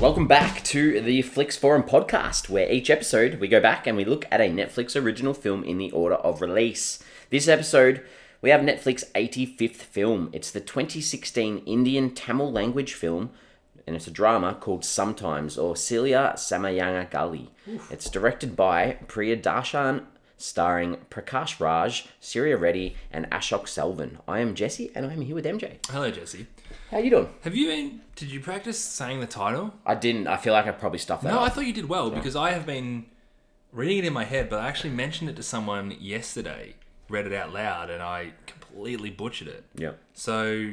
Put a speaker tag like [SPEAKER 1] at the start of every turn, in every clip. [SPEAKER 1] welcome back to the Flix Forum podcast, where each episode we go back and we look at a Netflix original film in the order of release. This episode, we have Netflix's 85th film. It's the 2016 Indian Tamil language film, and it's a drama called Sometimes or Celia Samayangali. It's directed by Priya Darshan, starring Prakash Raj, Surya Reddy, and Ashok Selvan. I am Jesse, and I'm here with MJ.
[SPEAKER 2] Hello, Jesse.
[SPEAKER 1] How you doing?
[SPEAKER 2] Have you been? Did you practice saying the title?
[SPEAKER 1] I didn't. I feel like I probably stuffed that
[SPEAKER 2] No, I
[SPEAKER 1] up.
[SPEAKER 2] thought you did well because I have been reading it in my head, but I actually mentioned it to someone yesterday, read it out loud, and I completely butchered it.
[SPEAKER 1] Yeah.
[SPEAKER 2] So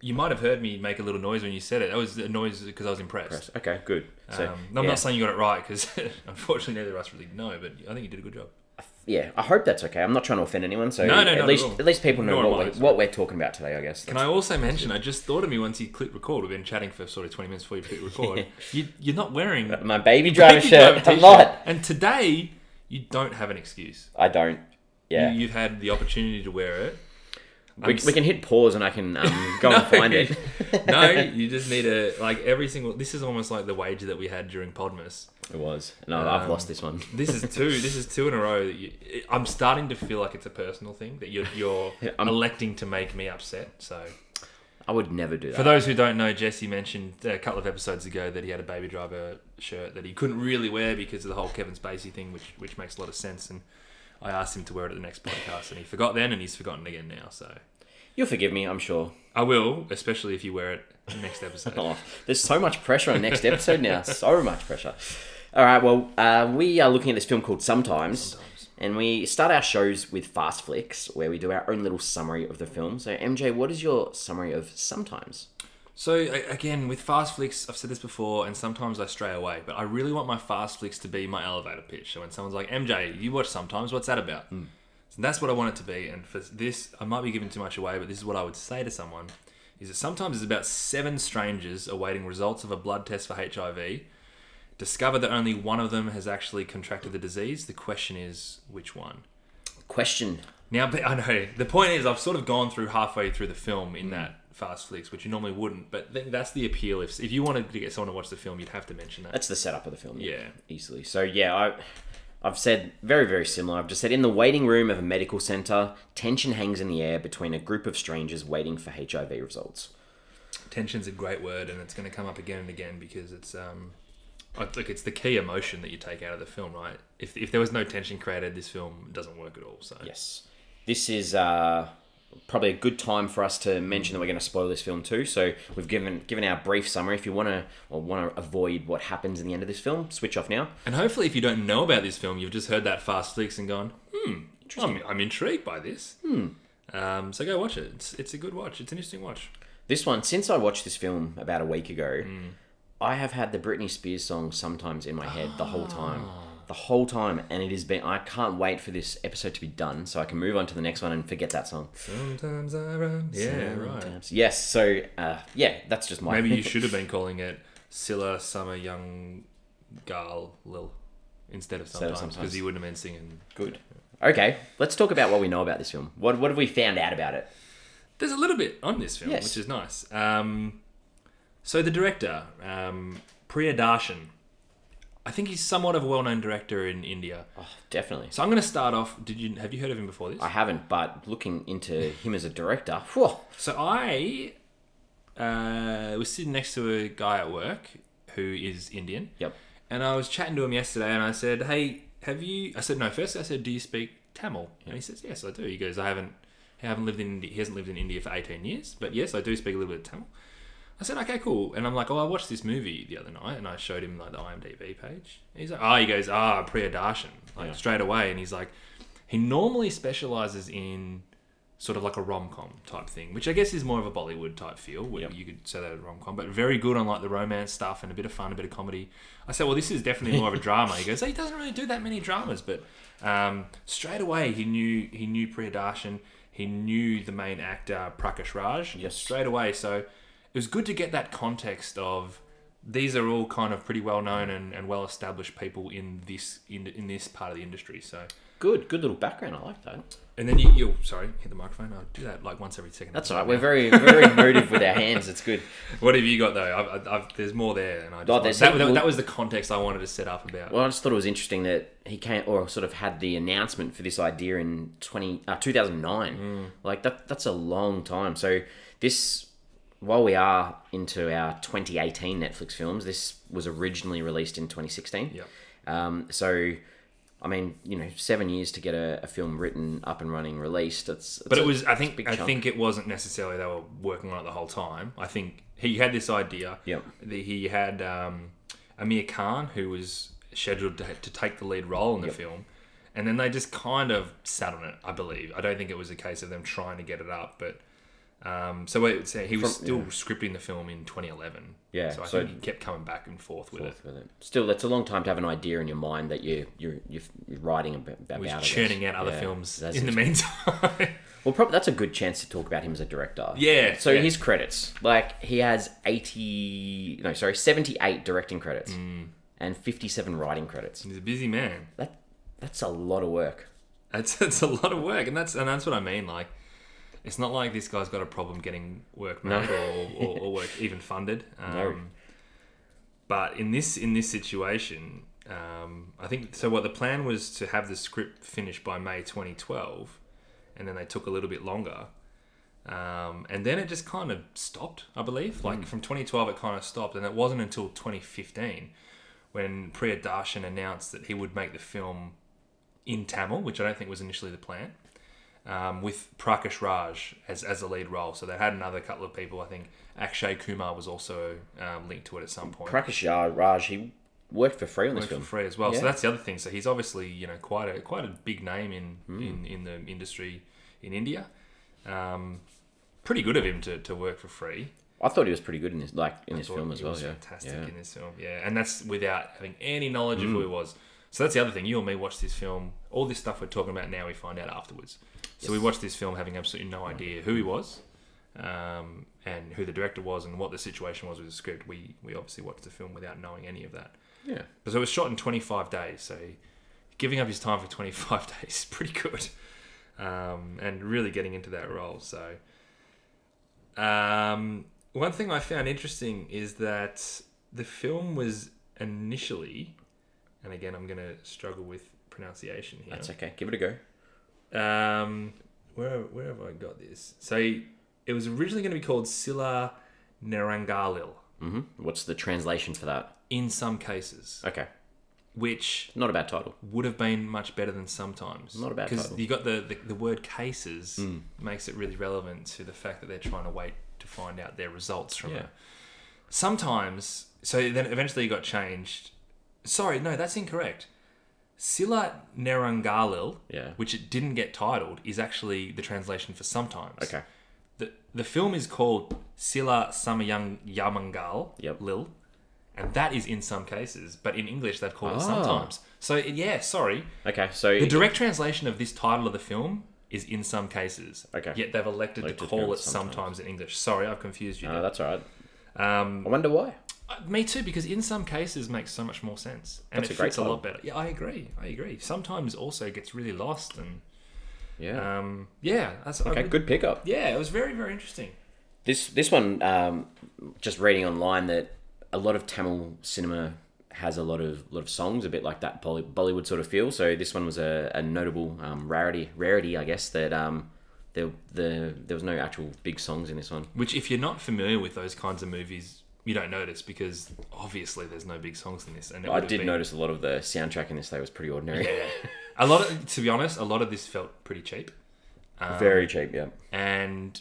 [SPEAKER 2] you might have heard me make a little noise when you said it. That was a noise because I was impressed.
[SPEAKER 1] Okay, good. So,
[SPEAKER 2] Um, I'm
[SPEAKER 1] yeah.
[SPEAKER 2] not saying you got it right because unfortunately neither of us really know, but I think you did a good job.
[SPEAKER 1] yeah, I hope that's okay. I'm not trying to offend anyone. So
[SPEAKER 2] No, no, not
[SPEAKER 1] at
[SPEAKER 2] at
[SPEAKER 1] least
[SPEAKER 2] all.
[SPEAKER 1] at least people know
[SPEAKER 2] Nor am
[SPEAKER 1] what,
[SPEAKER 2] I,
[SPEAKER 1] we,
[SPEAKER 2] so.
[SPEAKER 1] what we're talking about today. I guess.
[SPEAKER 2] Can I also mention? I just thought of me once you click record. We've been chatting for sort of 20 minutes before you click record. you, you're not wearing
[SPEAKER 1] my baby driver
[SPEAKER 2] Pinky driver
[SPEAKER 1] shirt. I'm
[SPEAKER 2] t-shirt.
[SPEAKER 1] not.
[SPEAKER 2] And today, you don't have an excuse.
[SPEAKER 1] I don't. Yeah,
[SPEAKER 2] You, you've had the opportunity to wear it.
[SPEAKER 1] we, we can hit pause and I can um, go and find it.
[SPEAKER 2] no, you just need to like every single. This is almost like the wager that we had during Podmas.
[SPEAKER 1] It was. No, I've
[SPEAKER 2] Um,
[SPEAKER 1] lost this one.
[SPEAKER 2] This is two. this is two in a row. That you, I'm starting to feel like it's a personal thing that you're you're
[SPEAKER 1] I'm-
[SPEAKER 2] electing to make me upset. So
[SPEAKER 1] I would never do that.
[SPEAKER 2] for those who don't know, Jesse mentioned a couple of episodes ago that he had a baby driver shirt that he couldn't really wear because of the whole Kevin Spacey thing, which which makes a lot of sense. And I asked him to wear it at the next podcast, and he forgot then, and he's forgotten again now. So
[SPEAKER 1] You'll forgive me, I'm sure.
[SPEAKER 2] I will, especially if you wear it next episode.
[SPEAKER 1] Oh, there's so much pressure on next episode now. So much pressure. All right. Well, uh, we are looking at this film called Sometimes, and we start our shows with Fast Flicks, where we do our own little summary of the film. So, MJ, what is your summary of Sometimes?
[SPEAKER 2] So a- again, with fast flicks, I've said this before, and sometimes I stray away, but I really want my fast flicks to be my elevator pitch. So when someone's like, "MJ, you watch sometimes. What's that about?" So that's what I want it to be. And for this, I might be giving too much away, but this is what I would say to someone: is that sometimes it's about seven strangers awaiting results of a blood test for HIV. Discover that only one of them has actually contracted the disease. The question is, which one?
[SPEAKER 1] Question.
[SPEAKER 2] Now, but I know the point is, I've sort of gone through halfway through the film in that fast flicks, which you normally wouldn't. But then that's the appeal. If if you wanted to get someone to watch the film, you'd have to mention that.
[SPEAKER 1] That's the setup of the film.
[SPEAKER 2] Yeah.
[SPEAKER 1] easily. So yeah, I, I've said very very similar. I've just said in the waiting room of a medical center, tension hangs in the air between a group of strangers waiting for HIV results.
[SPEAKER 2] Tension's a great word, and it's going to come up again and again because it's um, I think it's the key emotion that you take out of the film, right? If if there was no tension created, this film doesn't work at all. So
[SPEAKER 1] Yes. This is uh, probably a good time for us to mention that we're going to spoil this film too. So we've given given our brief summary. If you want to or want to avoid what happens in the end of this film, switch off now.
[SPEAKER 2] and hopefully, if you don't know about this film, you've just heard that fast flicks and gone, hmm, I'm, I'm intrigued by this. Hmm. Um, so go watch it. It's it's a good watch. It's an interesting watch.
[SPEAKER 1] This one, since I watched this film about a week ago,
[SPEAKER 2] Mm.
[SPEAKER 1] I have had the Britney Spears song sometimes in my head the whole time.
[SPEAKER 2] Ah.
[SPEAKER 1] The whole time, and it has been. I can't wait for this episode to be done so I can move on to the next one and forget that song.
[SPEAKER 2] Sometimes I run. Yeah, right.
[SPEAKER 1] Yes, so uh, yeah, that's just my.
[SPEAKER 2] Maybe you should have been calling it Silla Summer Young Gal Lil instead of sometimes
[SPEAKER 1] sometimes.
[SPEAKER 2] because you wouldn't have been singing.
[SPEAKER 1] Good. Okay, let's talk about what we know about this film. What, what have we found out about it?
[SPEAKER 2] There's a little bit on this film,
[SPEAKER 1] Yes.
[SPEAKER 2] which is nice. Um, so the director, um, Priya Darshan, I think he's somewhat of a well-known director in India.
[SPEAKER 1] Oh, definitely.
[SPEAKER 2] So I'm going to start off. Did you have you heard of him before this?
[SPEAKER 1] I haven't, but looking into him as a director, whew,
[SPEAKER 2] So I uh, was sitting next to a guy at work who is Indian.
[SPEAKER 1] Yep.
[SPEAKER 2] And I was chatting to him yesterday, and I said, "Hey, have you?" I said, "No." First, I said, "Do you speak Tamil?" And he says, "Yes, I do." He goes, "I haven't, I haven't lived in India. He hasn't lived in India for eighteen years, but yes, I do speak a little bit of Tamil." I said, "Okay, cool." And I'm like, "Oh, I watched this movie the other night," and I showed him like the IMDb page. And he's like, "Oh," he goes, "Ah, Priya Darshan," like straight away, and he's like, he normally specializes in sort of like a rom com type thing, which I guess is more of a Bollywood type feel. Where You could say that a rom com, but very good on like the romance stuff and a bit of fun, a bit of comedy. I said, well, this is definitely more of a drama. He goes, he doesn't really do that many dramas, but um, straight away he knew he knew Priya Darshan, he knew the main actor Prakash Raj.
[SPEAKER 1] Yes.
[SPEAKER 2] straight away. So it was good to get that context of. These are all kind of pretty well known and, and well established people in this in, in this part of the industry. So
[SPEAKER 1] Good, good little background. I like that.
[SPEAKER 2] And then you, you sorry, hit the microphone. I do that like once every second.
[SPEAKER 1] That's all right. We're very, very motive with our hands. It's good.
[SPEAKER 2] What have you got though? I've, I've, I've, there's more there, and I just
[SPEAKER 1] Oh,
[SPEAKER 2] want-
[SPEAKER 1] there's-
[SPEAKER 2] that, that,
[SPEAKER 1] well-
[SPEAKER 2] that was the context I wanted to set up about.
[SPEAKER 1] Well, I just thought it was interesting that he came or sort of had the announcement for this idea in 20, uh, 2009.
[SPEAKER 2] Mm.
[SPEAKER 1] Like, that, that's a long time. So, this, while we are into our 2018 Netflix films, this was originally released in 2016.
[SPEAKER 2] yeah,
[SPEAKER 1] Um, so, I mean, you know, seven years to get a, a film written, up and running, released. That's,
[SPEAKER 2] but it was. I think.
[SPEAKER 1] big
[SPEAKER 2] I
[SPEAKER 1] chunk.
[SPEAKER 2] think it wasn't necessarily they were working on it the whole time. I think he had this idea.
[SPEAKER 1] Yep.
[SPEAKER 2] The, he had um, Amir Khan, who was scheduled to, to take the lead role in the film, and then they just kind of sat on it. I believe. I don't think it was a case of them trying to get it up, but. Um, so, it, so he was
[SPEAKER 1] From-
[SPEAKER 2] still scripting the film in 2011.
[SPEAKER 1] Yeah,
[SPEAKER 2] So I
[SPEAKER 1] so-
[SPEAKER 2] think he kept coming back and forth with it.
[SPEAKER 1] with it. Still, that's a long time to have an idea in your mind that you you're, you're, you're writing ab- about.
[SPEAKER 2] was
[SPEAKER 1] I guess.
[SPEAKER 2] churning out other
[SPEAKER 1] Yeah,
[SPEAKER 2] films
[SPEAKER 1] that's
[SPEAKER 2] in the
[SPEAKER 1] it.
[SPEAKER 2] meantime.
[SPEAKER 1] Well, probably that's a good chance to talk about him as a director.
[SPEAKER 2] Yeah,
[SPEAKER 1] So
[SPEAKER 2] yeah.
[SPEAKER 1] his credits, like he has eighty, no, sorry, seventy-eight directing credits
[SPEAKER 2] Mm.
[SPEAKER 1] and fifty-seven writing credits.
[SPEAKER 2] He's a busy man.
[SPEAKER 1] That that's a lot of work.
[SPEAKER 2] That's that's a lot of work, and that's and that's what I mean. Like, it's not like this guy's got a problem getting work made or, or, or work even funded. Um,
[SPEAKER 1] No.
[SPEAKER 2] But in this in this situation, um, I think so. What the plan was to have the script finished by May 2012, and then they took a little bit longer. Um, and then it just kind of stopped, I believe. Like from 2012, it kind of stopped, and it wasn't until 2015 when Priya Darshan announced that he would make the film in Tamil, which I don't think was initially the plan, um, with Prakash Raj as, as the lead role. So they had another couple of people. I think Akshay Kumar was also um, linked to it at some point.
[SPEAKER 1] Prakash Ra- Raj, he worked for free on this
[SPEAKER 2] Worked for
[SPEAKER 1] film.
[SPEAKER 2] free as well.
[SPEAKER 1] Yeah.
[SPEAKER 2] So that's the other thing. So he's obviously you know quite a quite a big name in
[SPEAKER 1] Hmm.
[SPEAKER 2] in, in the industry in India. Um, pretty good of him to, to work for free.
[SPEAKER 1] I thought he was pretty good in this, like in this
[SPEAKER 2] thought
[SPEAKER 1] film as
[SPEAKER 2] he
[SPEAKER 1] well.
[SPEAKER 2] was
[SPEAKER 1] yeah.
[SPEAKER 2] fantastic
[SPEAKER 1] yeah. Hmm.
[SPEAKER 2] in this film. Yeah, and that's without having any knowledge of who he was. So that's the other thing. You and me watched this film. All this stuff we're talking about now, we find out afterwards. So we watched this film having absolutely no idea who he was, um, and who the director was, and what the situation was with the script. We we obviously watched the film without knowing any of that.
[SPEAKER 1] Yeah.
[SPEAKER 2] So it was shot in 25 days. So giving up his time for 25 days is pretty good, um, and really getting into that role. So um, one thing I found interesting is that the film was initially, and again I'm going to struggle with pronunciation here.
[SPEAKER 1] That's okay. Give it a go.
[SPEAKER 2] Um, where where have I got this? So it was originally going to be called Silla Narangalil.
[SPEAKER 1] hmm What's the translation for that?
[SPEAKER 2] In some cases,
[SPEAKER 1] Okay.
[SPEAKER 2] which
[SPEAKER 1] Not a bad title.
[SPEAKER 2] would have been much better than sometimes.
[SPEAKER 1] Not a bad
[SPEAKER 2] because
[SPEAKER 1] title. Mm.
[SPEAKER 2] you got the, the the word cases makes it really relevant to the fact that they're trying to wait to find out their results from
[SPEAKER 1] Yeah.
[SPEAKER 2] it. Sometimes, so then eventually it got changed. Sorry, no, that's incorrect. Silla Nerangalil,
[SPEAKER 1] Yeah.
[SPEAKER 2] which it didn't get titled, is actually the translation for sometimes.
[SPEAKER 1] Okay.
[SPEAKER 2] The, the film is called Silla Samayang Yamangal
[SPEAKER 1] Yep.
[SPEAKER 2] Lil, and that is in some cases, but in English they've called it
[SPEAKER 1] Ah.
[SPEAKER 2] sometimes. So yeah, sorry.
[SPEAKER 1] Okay. So
[SPEAKER 2] The direct translation of this title of the film is in some cases.
[SPEAKER 1] Okay.
[SPEAKER 2] Yet they've elected
[SPEAKER 1] Elected
[SPEAKER 2] to
[SPEAKER 1] to
[SPEAKER 2] call
[SPEAKER 1] go
[SPEAKER 2] it
[SPEAKER 1] with sometimes.
[SPEAKER 2] sometimes. in English. Sorry, I've confused you.
[SPEAKER 1] no, uh, that's all right.
[SPEAKER 2] there. Um,
[SPEAKER 1] I wonder why.
[SPEAKER 2] uh, Me too, because in some cases makes so much more sense, and
[SPEAKER 1] That's
[SPEAKER 2] it
[SPEAKER 1] a great
[SPEAKER 2] fits a lot better. Yeah, I agree. I agree. Sometimes also gets really lost, and
[SPEAKER 1] Yeah.
[SPEAKER 2] um, yeah, that's I
[SPEAKER 1] okay.
[SPEAKER 2] would-
[SPEAKER 1] Good pickup.
[SPEAKER 2] Yeah, it was very very interesting.
[SPEAKER 1] This this one, um, just reading online that a lot of Tamil cinema has a lot of lot of songs, a bit like that Bolly, Bollywood sort of feel. So this one was a, a notable um, rarity, rarity, I guess that um, there the there was no actual big songs in this one.
[SPEAKER 2] Which, if you're not familiar with those kinds of movies, you don't notice because obviously there's no big songs in this. And it
[SPEAKER 1] I
[SPEAKER 2] would have
[SPEAKER 1] did
[SPEAKER 2] been-
[SPEAKER 1] notice a lot of the soundtrack in this though was pretty ordinary,
[SPEAKER 2] Yeah. a lot of, to be honest, a lot of this felt pretty cheap,
[SPEAKER 1] very cheap. Yeah,
[SPEAKER 2] and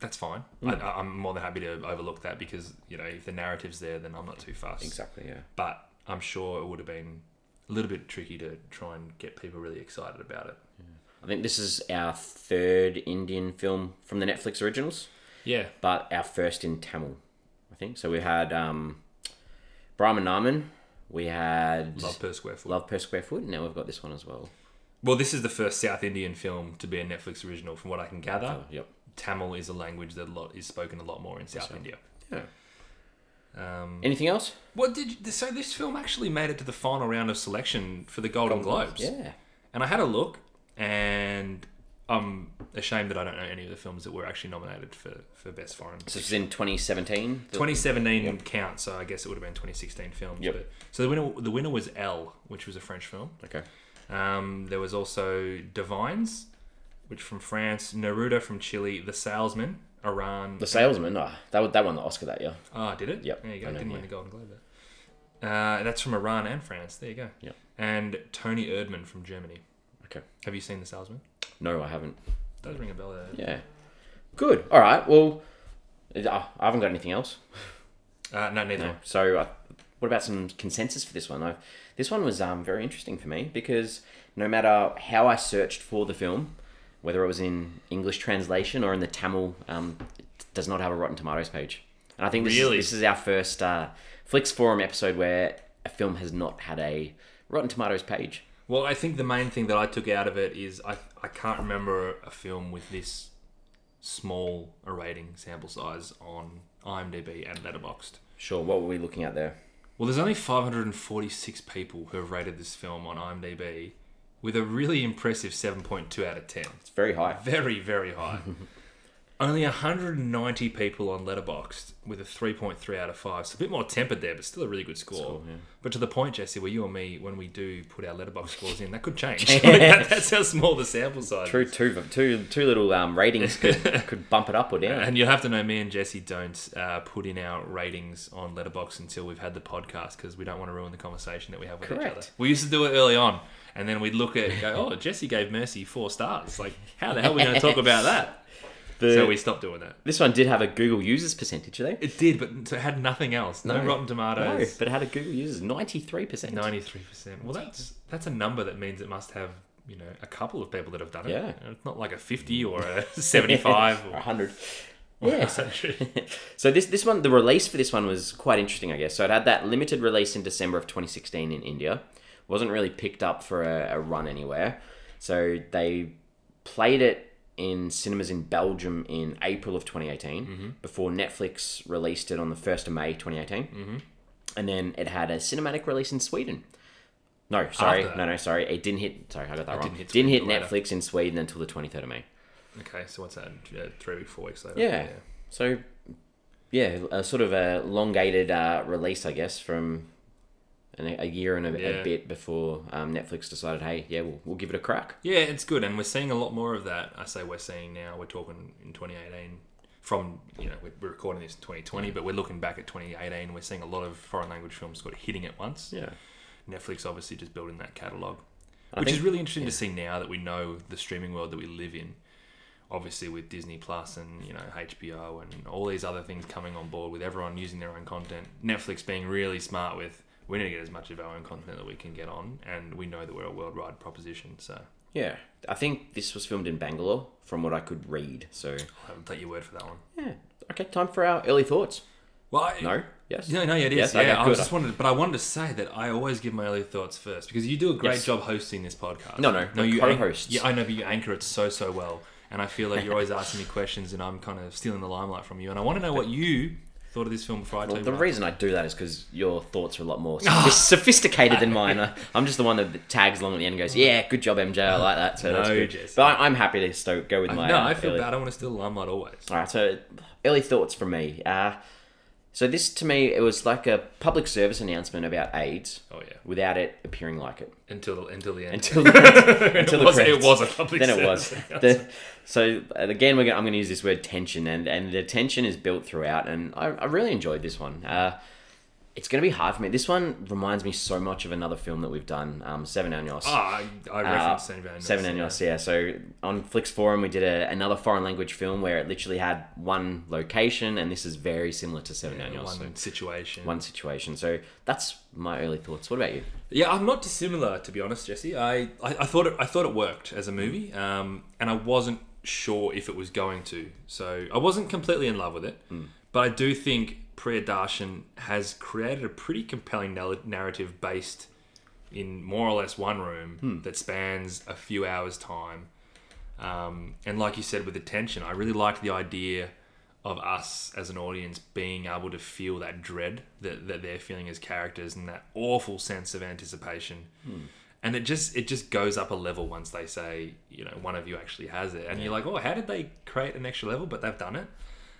[SPEAKER 2] that's fine.
[SPEAKER 1] Hmm.
[SPEAKER 2] I, I- I'm more than happy to overlook that because you know if the narrative's there, then I'm not too fussed.
[SPEAKER 1] exactly. Yeah.
[SPEAKER 2] But I'm sure it would have been a little bit tricky to try and get people really excited about it.
[SPEAKER 1] I think this is our third Indian film from the Netflix originals.
[SPEAKER 2] Yeah.
[SPEAKER 1] but our first in Tamil, I think. So we had um, Brahman Naman, we had
[SPEAKER 2] Love per square foot.
[SPEAKER 1] Love per Square Foot, and now we've got this one as well.
[SPEAKER 2] Well, this is the first South Indian film to be a Netflix original, from what I can gather.
[SPEAKER 1] Oh, yep.
[SPEAKER 2] Tamil is a language that a lot is spoken a lot more in South India.
[SPEAKER 1] Yeah.
[SPEAKER 2] Um,
[SPEAKER 1] Anything else?
[SPEAKER 2] what did you, so this film actually made it to the final round of selection for the Golden, Globes,
[SPEAKER 1] Yeah.
[SPEAKER 2] And I had a look, and I'm ashamed that I don't know any of the films that were actually nominated for, for Best Foreign.
[SPEAKER 1] So this is in 2017.
[SPEAKER 2] 2017 count, so I guess it would have been 2016 films.
[SPEAKER 1] Yep.
[SPEAKER 2] But, so the winner, the winner was L, which was a French film.
[SPEAKER 1] Okay.
[SPEAKER 2] Um, there was also Divines, which from France, Naruto from Chile, The Salesman, Iran.
[SPEAKER 1] The Salesman. Oh, that wa- that won the Oscar that year.
[SPEAKER 2] Ah, did it?
[SPEAKER 1] Yep,
[SPEAKER 2] There you go.
[SPEAKER 1] I know,
[SPEAKER 2] Didn't win
[SPEAKER 1] yeah.
[SPEAKER 2] the Golden Globe. Though. Uh, that's from Iran and France. There you go.
[SPEAKER 1] Yep.
[SPEAKER 2] And Tony Erdmann from Germany.
[SPEAKER 1] Okay.
[SPEAKER 2] Have you seen The Salesman?
[SPEAKER 1] No, I haven't.
[SPEAKER 2] Does ring a bell uh, there.
[SPEAKER 1] Yeah. Good. All right. Well, uh, I haven't got anything else.
[SPEAKER 2] Uh, no, neither.
[SPEAKER 1] No.
[SPEAKER 2] one.
[SPEAKER 1] So, uh, what about some consensus for this one? I've, this one was um, very interesting for me because no matter how I searched for the film, whether it was in English translation or in the Tamil, um, it does not have a Rotten Tomatoes page. And I think this,
[SPEAKER 2] Really?
[SPEAKER 1] is, this is our first uh, Flicks Forum episode where a film has not had a Rotten Tomatoes page.
[SPEAKER 2] Well, I think the main thing that I took out of it is I, I can't remember a film with this small a rating sample size on IMDb and Letterboxd.
[SPEAKER 1] Sure. What were we looking at there?
[SPEAKER 2] Well, there's only 546 people who have rated this film on IMDb with a really impressive 7.2 out of 10.
[SPEAKER 1] It's very high.
[SPEAKER 2] Very, very high. only 190 people on Letterboxd with a 3.3 out of 5. So a bit more tempered there, but still a really good score. But to the point, Jesse, where you or me, when we do put our Letterboxd scores in, that could change. Like, that- that's how small the sample size
[SPEAKER 1] True. Two, two, two little um, ratings could, could bump it up or down.
[SPEAKER 2] And you'll have to know me and Jesse don't uh, put in our ratings on Letterbox until we've had the podcast because we don't want to ruin the conversation that we have with each other.
[SPEAKER 1] Correct.
[SPEAKER 2] We used to do it early on, and then we'd look at it and go, "Oh, Jesse gave Mercy four stars. Like, how the hell are we going to talk about that?"
[SPEAKER 1] The-
[SPEAKER 2] so we stopped doing that.
[SPEAKER 1] This one did have a Google users percentage, though.
[SPEAKER 2] It did, but it had nothing else. No,
[SPEAKER 1] No.
[SPEAKER 2] Rotten
[SPEAKER 1] No,
[SPEAKER 2] Tomatoes.
[SPEAKER 1] but it had a Google users ninety three percent.
[SPEAKER 2] Ninety-three percent. Well, that's that's a number that means it must have you know a couple of people that have done it.
[SPEAKER 1] Yeah.
[SPEAKER 2] It's not like a fifty or a seventy-five or
[SPEAKER 1] hundred. Yeah. So,
[SPEAKER 2] something.
[SPEAKER 1] so this this one, the release for this one was quite interesting, I guess. So it had that limited release in December of 2016 in India. wasn't really picked up for a, a run anywhere. So they played it in cinemas in Belgium in April of 2018 before Netflix released it on the 1st of May 2018. Mm-hmm. And then it had a cinematic release in Sweden. No, sorry.
[SPEAKER 2] After that.
[SPEAKER 1] No, no, sorry. It didn't hit. Sorry, I got that wrong.
[SPEAKER 2] didn't hit
[SPEAKER 1] didn't hit
[SPEAKER 2] Sweden later.
[SPEAKER 1] Netflix in Sweden until the 23rd of May.
[SPEAKER 2] Okay, so what's that? Uh, three, four weeks later.
[SPEAKER 1] Yeah. So, yeah, a sort of a elongated uh, release, I guess, from an, a year and a,
[SPEAKER 2] Yeah.
[SPEAKER 1] a bit before um, Netflix decided, hey, yeah, we'll, we'll give it a crack.
[SPEAKER 2] Yeah, it's good, and we're seeing a lot more of that. I say we're seeing now. We're talking in 2018. From you know, we're- we're recording this in 2020, but we're looking back at 2018. We're seeing a lot of foreign language films sort of hitting it once.
[SPEAKER 1] Yeah.
[SPEAKER 2] Netflix obviously just building that catalog,
[SPEAKER 1] I
[SPEAKER 2] which
[SPEAKER 1] think-
[SPEAKER 2] is really interesting to see now that we know the streaming world that we live in. Obviously, with Disney Plus and you know HBO and all these other things coming on board, with everyone using their own content, Netflix being really smart with we need to get as much of our own content that we can get on, and we know that we're a worldwide proposition. So
[SPEAKER 1] Yeah. I think this was filmed in Bangalore, from what I could read. So,
[SPEAKER 2] I will take your word for that one.
[SPEAKER 1] yeah. Okay, time for our early thoughts.
[SPEAKER 2] Well, I,
[SPEAKER 1] No? Yes?
[SPEAKER 2] no, no, it is.
[SPEAKER 1] Yes,
[SPEAKER 2] yeah,
[SPEAKER 1] okay,
[SPEAKER 2] I
[SPEAKER 1] good.
[SPEAKER 2] just wanted, but I wanted to say that I always give my early thoughts first because you do a great
[SPEAKER 1] Yes.
[SPEAKER 2] job hosting this podcast.
[SPEAKER 1] No, no,
[SPEAKER 2] no,
[SPEAKER 1] we're
[SPEAKER 2] you anch-
[SPEAKER 1] co-hosts.
[SPEAKER 2] yeah, I know, but you anchor it so so well, and I feel like you're always asking me questions, and I'm kind of stealing the limelight from you. And I want to know what you thought of this film before I tell
[SPEAKER 1] Well,
[SPEAKER 2] you.
[SPEAKER 1] the
[SPEAKER 2] mine.
[SPEAKER 1] reason I do that is because your thoughts are a lot more
[SPEAKER 2] Ah.
[SPEAKER 1] sophis- sophisticated than mine. I- I'm just the one that tags along at the end and goes, "Yeah, good job, MJ. I like that." So that's
[SPEAKER 2] No,
[SPEAKER 1] good.
[SPEAKER 2] Jesse.
[SPEAKER 1] But I- I'm happy to still go with my.
[SPEAKER 2] no,
[SPEAKER 1] uh,
[SPEAKER 2] I feel
[SPEAKER 1] early-
[SPEAKER 2] bad. I want to steal the limelight always.
[SPEAKER 1] All right, so early thoughts from me. Uh, so this to me, it was like a public service announcement about AIDS,
[SPEAKER 2] Oh yeah,
[SPEAKER 1] without it appearing like it
[SPEAKER 2] until until the end.
[SPEAKER 1] until the,
[SPEAKER 2] it,
[SPEAKER 1] until
[SPEAKER 2] was,
[SPEAKER 1] the
[SPEAKER 2] it
[SPEAKER 1] credits.
[SPEAKER 2] was a public.
[SPEAKER 1] Then it was.
[SPEAKER 2] service.
[SPEAKER 1] The- so uh, again, we're gonna, I'm going to use this word tension, and and the tension is built throughout, and I, I really enjoyed this one. Uh, it's going to be hard for me. This one reminds me so much of another film that we've done, um, Seven Años.
[SPEAKER 2] Ah, I, I referenced Saint Van.
[SPEAKER 1] Seven Años, yeah. So on Flix Forum, we did a, another foreign language film where it literally had one location, and this is very similar to Seven Años. so
[SPEAKER 2] One situation.
[SPEAKER 1] one situation. So that's my early thoughts. What about you?
[SPEAKER 2] Yeah, I'm not dissimilar to be honest, Jesse. I, I, I thought it I thought it worked as a movie, um, and I wasn't sure if it was going to. So I wasn't completely in love with it, but I do think Priya Darshan has created a pretty compelling nal- narrative based in more or less one room that spans a few hours time. Um, and like you said with the tension, I really liked the idea of us as an audience being able to feel that dread that, that they're feeling as characters and that awful sense of anticipation. and it just it just goes up a level once they say you know one of you actually has it, and you're like, oh, how did they create an extra level? But they've done it.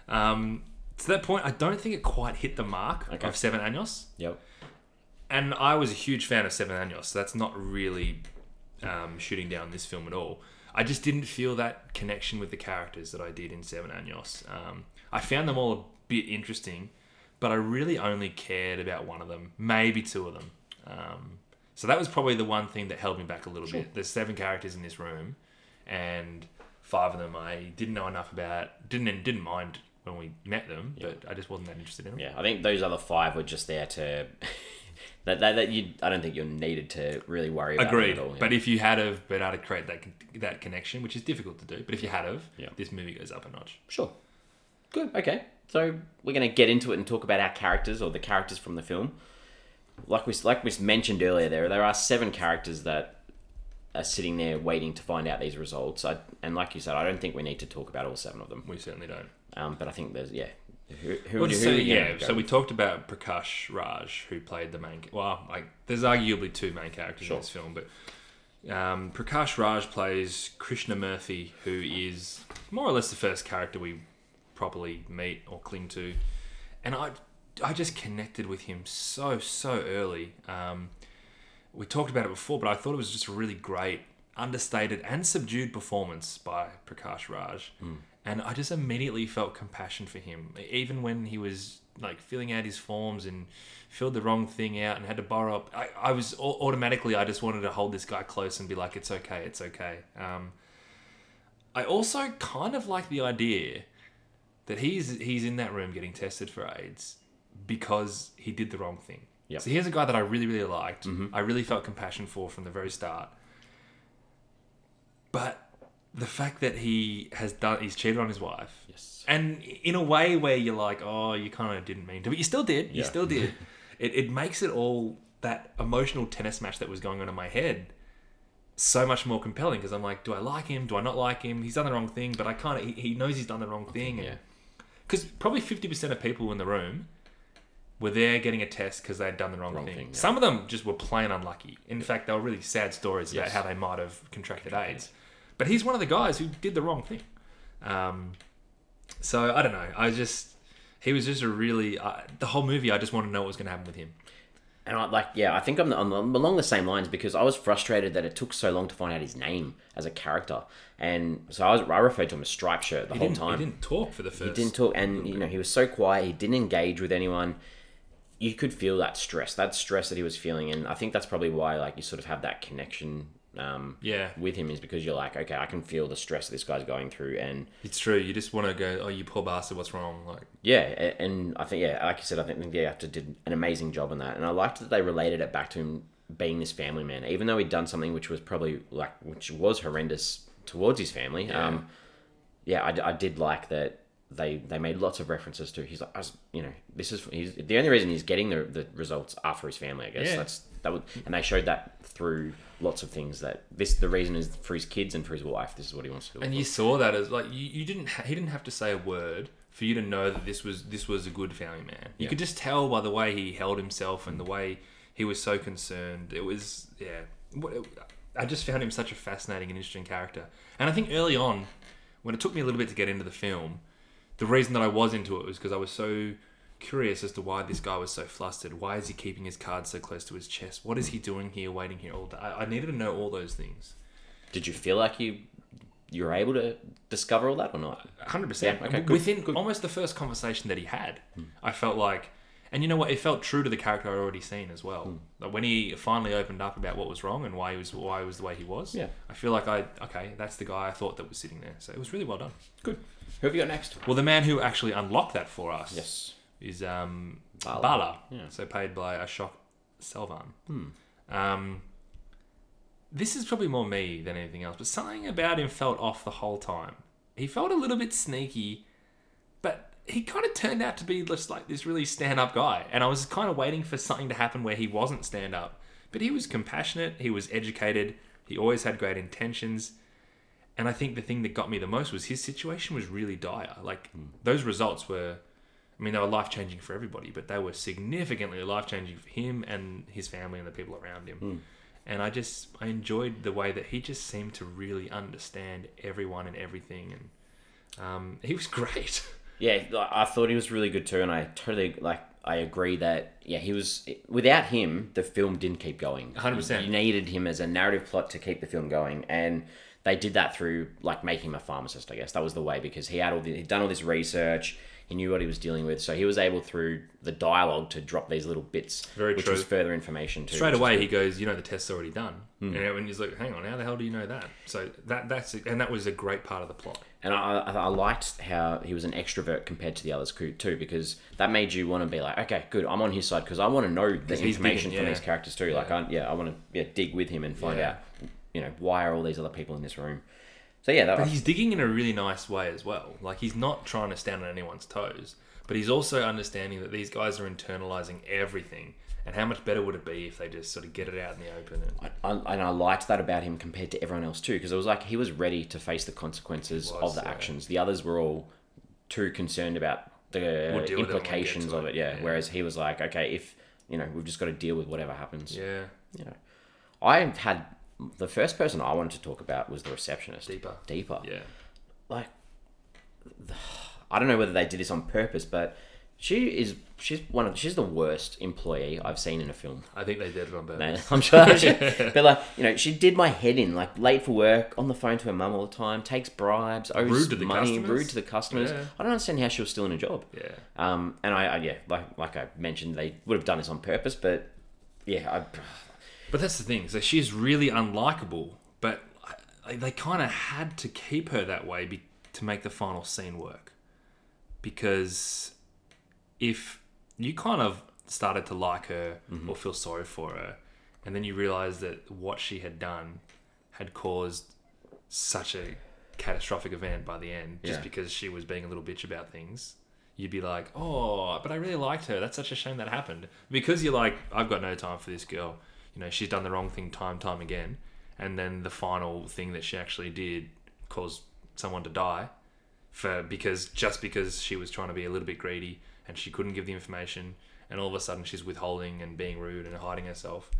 [SPEAKER 2] Um, to that point, I don't think it quite hit the mark
[SPEAKER 1] Okay.
[SPEAKER 2] of Seven Años,
[SPEAKER 1] Yep.
[SPEAKER 2] and I was a huge fan of Seven Años. So that's not really um, shooting down this film at all. I just didn't feel that connection with the characters that I did in Seven Años. Um, I found them all a bit interesting, but I really only cared about one of them, maybe two of them. Um, so that was probably the one thing that held me back a little bit. There's seven characters in this room, and five of them I didn't know enough about. Didn't didn't mind when we met them, but I just wasn't that interested in them.
[SPEAKER 1] Yeah, I think those other five were just there to that, that that you. I don't think you're needed to really worry about them
[SPEAKER 2] Agreed.
[SPEAKER 1] at all. yeah.
[SPEAKER 2] But if you had have been able to create that con- that connection, which is difficult to do, but if you had have,
[SPEAKER 1] Yeah.
[SPEAKER 2] this movie goes up a notch.
[SPEAKER 1] Sure. Good. Okay. So we're going to get into it and talk about our characters or the characters from the film. Like we like we mentioned earlier, there there are seven characters that are sitting there waiting to find out these results. I, and like you said, I don't think we need to talk about all seven of them.
[SPEAKER 2] We certainly don't.
[SPEAKER 1] Um, but I think there's yeah. Who, who,
[SPEAKER 2] Well,
[SPEAKER 1] who
[SPEAKER 2] just so,
[SPEAKER 1] are you
[SPEAKER 2] yeah.
[SPEAKER 1] gonna go
[SPEAKER 2] So we talked about Prakash Raj, who played the main. Well, like there's arguably two main characters
[SPEAKER 1] Sure.
[SPEAKER 2] in this film, but um, Prakash Raj plays Krishna Murphy, who is more or less the first character we properly meet or cling to, and I I just connected with him so so early. Um, we talked about it before, but I thought it was just a really great, understated and subdued performance by Prakash Raj. And I just immediately felt compassion for him, e-, even when he was like filling out his forms and filled the wrong thing out and had to borrow up. I, I was au- automatically, I just wanted to hold this guy close and be like, it's okay, it's okay. Um, I also kind of like the idea that he's he's in that room getting tested for AIDS because he did the wrong thing.
[SPEAKER 1] Yep.
[SPEAKER 2] So here's a guy that I really really liked. I really felt compassion for from the very start. But the fact that he has done he's cheated on his wife.
[SPEAKER 1] Yes.
[SPEAKER 2] And in a way where you're like, oh, you kind of didn't mean to, but you still did. You
[SPEAKER 1] Yeah.
[SPEAKER 2] still did. it, it makes it all that emotional tennis match that was going on in my head so much more compelling because I'm like, do I like him? Do I not like him? He's done the wrong thing, but I kind of he, he knows he's done the wrong thing.
[SPEAKER 1] Yeah.
[SPEAKER 2] Because probably fifty percent of people in the room were there getting a test because they'd done the wrong, thing.
[SPEAKER 1] thing, yeah.
[SPEAKER 2] Some of them just were plain unlucky. In fact, they were really sad stories
[SPEAKER 1] Yes.
[SPEAKER 2] about how they might have contracted AIDS. But he's one of the guys who did the wrong thing. Um, so I don't know. I just he was just a really uh, the whole movie. I just want to know what was going to happen with him.
[SPEAKER 1] And I like, yeah, I think I'm, I'm along the same lines because I was frustrated that it took so long to find out his name as a character, and so I was I referred to him as Stripe Shirt the
[SPEAKER 2] He
[SPEAKER 1] whole
[SPEAKER 2] didn't,
[SPEAKER 1] time.
[SPEAKER 2] he didn't talk for the first.
[SPEAKER 1] He didn't talk, and you know he was so quiet. He didn't engage with anyone. You could feel that stress, that stress that he was feeling, and I think that's probably why like you sort of have that connection um,
[SPEAKER 2] Yeah,
[SPEAKER 1] with him is because you're like, okay, I can feel the stress that this guy's going through, and
[SPEAKER 2] it's true. You just want to go. Oh, you poor bastard. What's wrong? Like
[SPEAKER 1] yeah, a- and I think yeah, like you said, I think the actor did an amazing job on that, and I liked that they related it back to him being this family man, even though he'd done something which was probably like which was horrendous towards his family. Um, yeah, I, d- I did like that they they made lots of references to. He's like, I was, you know, this is he's the only reason he's getting the the results are for his family. I guess
[SPEAKER 2] Yeah.
[SPEAKER 1] that's that would, and they showed that through lots of things that this the reason is for his kids and for his wife. This is what he wants to do.
[SPEAKER 2] And you saw that as like you, you didn't ha- he didn't have to say a word for you to know that this was this was a good family man. You
[SPEAKER 1] Yeah.
[SPEAKER 2] could just tell by the way he held himself and the way he was so concerned. It was yeah. What- I just found him such a fascinating and interesting character. And I think early on, when it took me a little bit to get into the film, the reason that I was into it was because I was so curious as to why this guy was so flustered. Why is he keeping his cards so close to his chest? What is he doing here, waiting here all day? I, I needed to know all those things.
[SPEAKER 1] Did you feel like you you were able to discover all that or not?
[SPEAKER 2] hundred percent.
[SPEAKER 1] Yeah, okay, good, Hmm.
[SPEAKER 2] Within almost the first conversation that he had, I felt like, and you know what? It felt true to the character I'd already seen as well.
[SPEAKER 1] Hmm.
[SPEAKER 2] Like when he finally opened up about what was wrong and why he was why he was the way he was.
[SPEAKER 1] Yeah.
[SPEAKER 2] I feel like I okay, that's the guy I thought that was sitting there. So it was really well done.
[SPEAKER 1] Good. Who have you got next?
[SPEAKER 2] Well, the man who actually unlocked that for us
[SPEAKER 1] Yes.
[SPEAKER 2] is um,
[SPEAKER 1] Bala.
[SPEAKER 2] Bala.
[SPEAKER 1] Yeah.
[SPEAKER 2] So played by Ashok Selvan. Um, this is probably more me than anything else, but something about him felt off the whole time. He felt a little bit sneaky, but he kind of turned out to be just like this really stand up guy. And I was kind of waiting for something to happen where he wasn't stand up, but he was compassionate, he was educated, he always had great intentions. And I think the thing that got me the most was his situation was really dire. Like those results were, I mean, they were life changing for everybody, but they were significantly life changing for him and his family and the people around him. and I just I enjoyed the way that he just seemed to really understand everyone and everything, and um, he was great.
[SPEAKER 1] Yeah, like, I thought he was really good too, and I totally like. I agree that yeah, he was. Without him, the film didn't keep going.
[SPEAKER 2] 100%.
[SPEAKER 1] You needed him as a narrative plot to keep the film going, and they did that through like making him a pharmacist. I guess that was the way because he had all the, he'd done all this research. He knew what he was dealing with, so he was able through the dialogue to drop these little bits,
[SPEAKER 2] Very
[SPEAKER 1] which
[SPEAKER 2] true.
[SPEAKER 1] was further information too.
[SPEAKER 2] Straight
[SPEAKER 1] which-
[SPEAKER 2] away, he goes, "You know, the test's already done," and everyone is like, "Hang on, how the hell do you know that?" So that that's and that was a great part of the plot.
[SPEAKER 1] And I, I I liked how he was an extrovert compared to the others coo- too, because that made you want to be like, okay, good, I'm on his side because I want to know the
[SPEAKER 2] he's
[SPEAKER 1] information
[SPEAKER 2] digging,
[SPEAKER 1] from
[SPEAKER 2] yeah.
[SPEAKER 1] these characters too. Like, I, yeah, I want to yeah, dig with him and find
[SPEAKER 2] Yeah.
[SPEAKER 1] out, you know, why are all these other people in this room? So yeah, that
[SPEAKER 2] But he's digging in a really nice way as well. Like he's not trying to stand on anyone's toes, but he's also understanding that these guys are internalizing everything. And how much better would it be if they just sort of get it out in the open? And,
[SPEAKER 1] I, I, and I liked that about him compared to everyone else too, because it was like he was ready to face the consequences
[SPEAKER 2] He was,
[SPEAKER 1] of the
[SPEAKER 2] yeah.
[SPEAKER 1] actions. The others were all too concerned about the
[SPEAKER 2] We'll deal with it when we get
[SPEAKER 1] implications
[SPEAKER 2] to
[SPEAKER 1] of it.
[SPEAKER 2] it,
[SPEAKER 1] Yeah.
[SPEAKER 2] yeah.
[SPEAKER 1] Whereas he was like, okay, if you know, we've just got to deal with whatever happens.
[SPEAKER 2] yeah,
[SPEAKER 1] you know, I had the first person I wanted to talk about was the receptionist.
[SPEAKER 2] deeper.
[SPEAKER 1] Deeper.
[SPEAKER 2] Yeah,
[SPEAKER 1] Like, I don't know whether they did this on purpose, but she is she's one of she's the worst employee I've seen in a film.
[SPEAKER 2] I think they did it on purpose.
[SPEAKER 1] No, I'm sure. She, but like, you know, she did my head in. Like, late for work, on the phone to her mum all the time, takes bribes, owes
[SPEAKER 2] Rude to the
[SPEAKER 1] money,
[SPEAKER 2] customers.
[SPEAKER 1] rude to the customers.
[SPEAKER 2] Yeah.
[SPEAKER 1] I don't understand how she was still in a job.
[SPEAKER 2] Yeah,
[SPEAKER 1] Um, and I, I yeah, like like I mentioned, they would have done this on purpose, but yeah, I,
[SPEAKER 2] but that's the thing. So she's really unlikable, but I- they kind of had to keep her that way be, to make the final scene work. Because if you kind of started to like her or feel sorry for her, and then you realize that what she had done had caused such a catastrophic event by the end, just
[SPEAKER 1] Yeah.
[SPEAKER 2] because she was being a little bitch about things, you'd be like, oh, but I really liked her. That's such a shame that happened. Because you're like, I've got no time for this girl. You know, she's done the wrong thing time, time again. And then the final thing that she actually did caused someone to die for because just because she was trying to be a little bit greedy and she couldn't give the information and all of a sudden she's withholding and being rude and hiding herself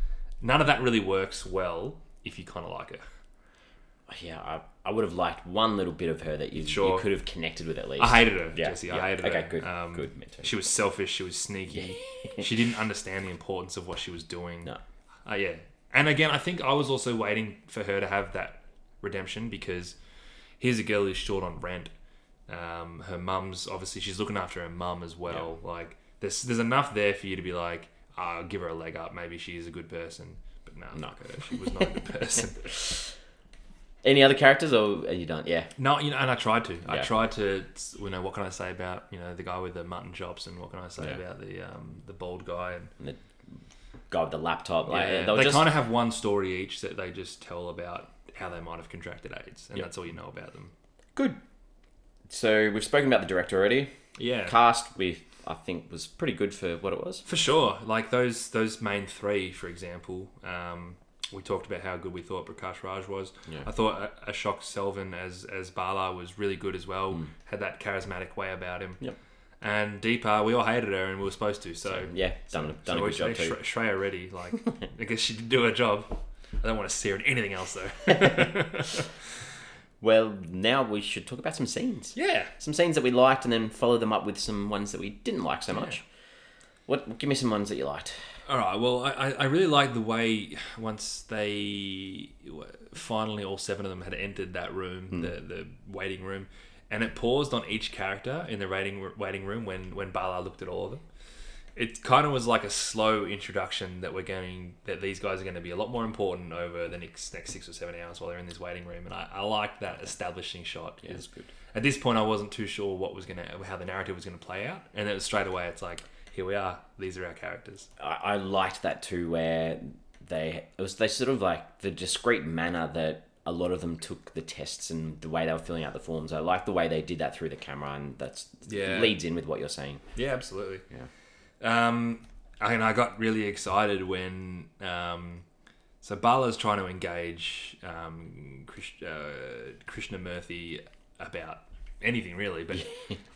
[SPEAKER 2] none of that really works well if you kind of like her
[SPEAKER 1] yeah, I, I would have liked one little bit of her that you,
[SPEAKER 2] Sure.
[SPEAKER 1] you could have connected with at least.
[SPEAKER 2] i hated her
[SPEAKER 1] Yeah,
[SPEAKER 2] jesse
[SPEAKER 1] yeah.
[SPEAKER 2] i hated
[SPEAKER 1] Okay,
[SPEAKER 2] her Um,
[SPEAKER 1] good, good, me too.
[SPEAKER 2] she was selfish she was sneaky she didn't understand the importance of what she was doing
[SPEAKER 1] No.
[SPEAKER 2] Uh, yeah. And again, I think I was also waiting for her to have that redemption because here's a girl who's short on rent. Um, her mum's obviously she's looking after her mum as well. Like there's there's enough there for you to be like, I'll give her a leg up. Maybe she is a good person. But no,
[SPEAKER 1] No.
[SPEAKER 2] not her. She was not a good person.
[SPEAKER 1] Any other characters, or are you done? Yeah.
[SPEAKER 2] No, you know, and I tried to. I
[SPEAKER 1] Yeah.
[SPEAKER 2] tried to. You know, what can I say about you know the guy with the mutton chops, and what can I say
[SPEAKER 1] Yeah.
[SPEAKER 2] about the um, the bald guy? And
[SPEAKER 1] And the guy with the laptop. Like,
[SPEAKER 2] Yeah,
[SPEAKER 1] they were
[SPEAKER 2] they
[SPEAKER 1] just,
[SPEAKER 2] kind of have one story each that they just tell about how they might have contracted AIDS, and that's all you know about them.
[SPEAKER 1] Good. So we've spoken about the director already.
[SPEAKER 2] Yeah,
[SPEAKER 1] Cast, we I think, was pretty good for what it was.
[SPEAKER 2] for sure. Like those those main three, for example, um, we talked about how good we thought Prakash Raj was.
[SPEAKER 1] Yeah.
[SPEAKER 2] I thought A- Ashok Selvin as as Bala was really good as well.
[SPEAKER 1] Hmm.
[SPEAKER 2] Had that charismatic way about him.
[SPEAKER 1] Yep.
[SPEAKER 2] And Deepa, we all hated her, and we were supposed to. So,
[SPEAKER 1] Yeah, done, a- done
[SPEAKER 2] so
[SPEAKER 1] a
[SPEAKER 2] we
[SPEAKER 1] good job
[SPEAKER 2] say
[SPEAKER 1] too.
[SPEAKER 2] Shre- Shreya Reddy, like, I guess she did do her job. I don't want to see her in anything else though.
[SPEAKER 1] Well, now we should talk about some scenes.
[SPEAKER 2] yeah.
[SPEAKER 1] Some scenes that we liked, and then follow them up with some ones that we didn't like so much. What? Give me some ones that you liked.
[SPEAKER 2] All right. Well, I, I- I really liked the way once they finally all seven of them had entered that room,
[SPEAKER 1] Hmm.
[SPEAKER 2] the the waiting room, and it paused on each character in the waiting waiting room when when Bala looked at all of them. It kind of was like a slow introduction that we're going that these guys are going to be a lot more important over the next next six or seven hours while they're in this waiting room, and I, I liked that establishing shot. Yeah,
[SPEAKER 1] that's good.
[SPEAKER 2] At this point, I wasn't too sure what was gonna how the narrative was gonna play out, and then straight away it's like here we are, these are our characters.
[SPEAKER 1] I, I liked that too, where they it was they sort of like the discreet manner that a lot of them took the tests and the way they were filling out the forms. I liked the way they did that through the camera, and that's
[SPEAKER 2] Yeah.
[SPEAKER 1] leads in with what you're saying.
[SPEAKER 2] Yeah, absolutely. Yeah. Um, I- and I got really excited when um, so Bala's trying to engage um, Krish, uh, Krishnamurthy about anything really, but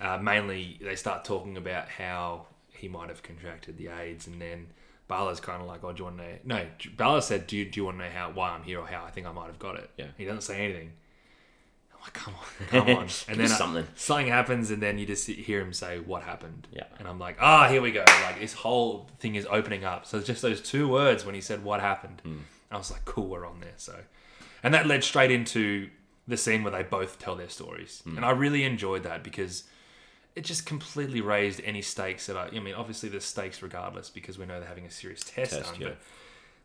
[SPEAKER 2] uh, mainly they start talking about how he might have contracted the AIDS, and then Bala's kind of like, oh, do you want to know? No, J- Bala said, do you, do you want to know how why I'm here or how I think I might have got it?
[SPEAKER 1] Yeah.
[SPEAKER 2] He doesn't say anything. I'm like, Oh, come on, come on.
[SPEAKER 1] Give
[SPEAKER 2] And
[SPEAKER 1] me
[SPEAKER 2] then I-
[SPEAKER 1] something.
[SPEAKER 2] something happens, and then you just hear him say, what happened?
[SPEAKER 1] Yeah.
[SPEAKER 2] And I'm like, ah, here we go. Like, this whole thing is opening up. So it's just those two words when he said, what happened.
[SPEAKER 1] Hmm.
[SPEAKER 2] I was like, cool, we're on there. So, and that led straight into the scene where they both tell their stories.
[SPEAKER 1] Hmm.
[SPEAKER 2] And I really enjoyed that because it just completely raised any stakes that I, I mean, obviously there's stakes regardless because we know they're having a serious test,
[SPEAKER 1] Test,
[SPEAKER 2] done,
[SPEAKER 1] yeah.
[SPEAKER 2] but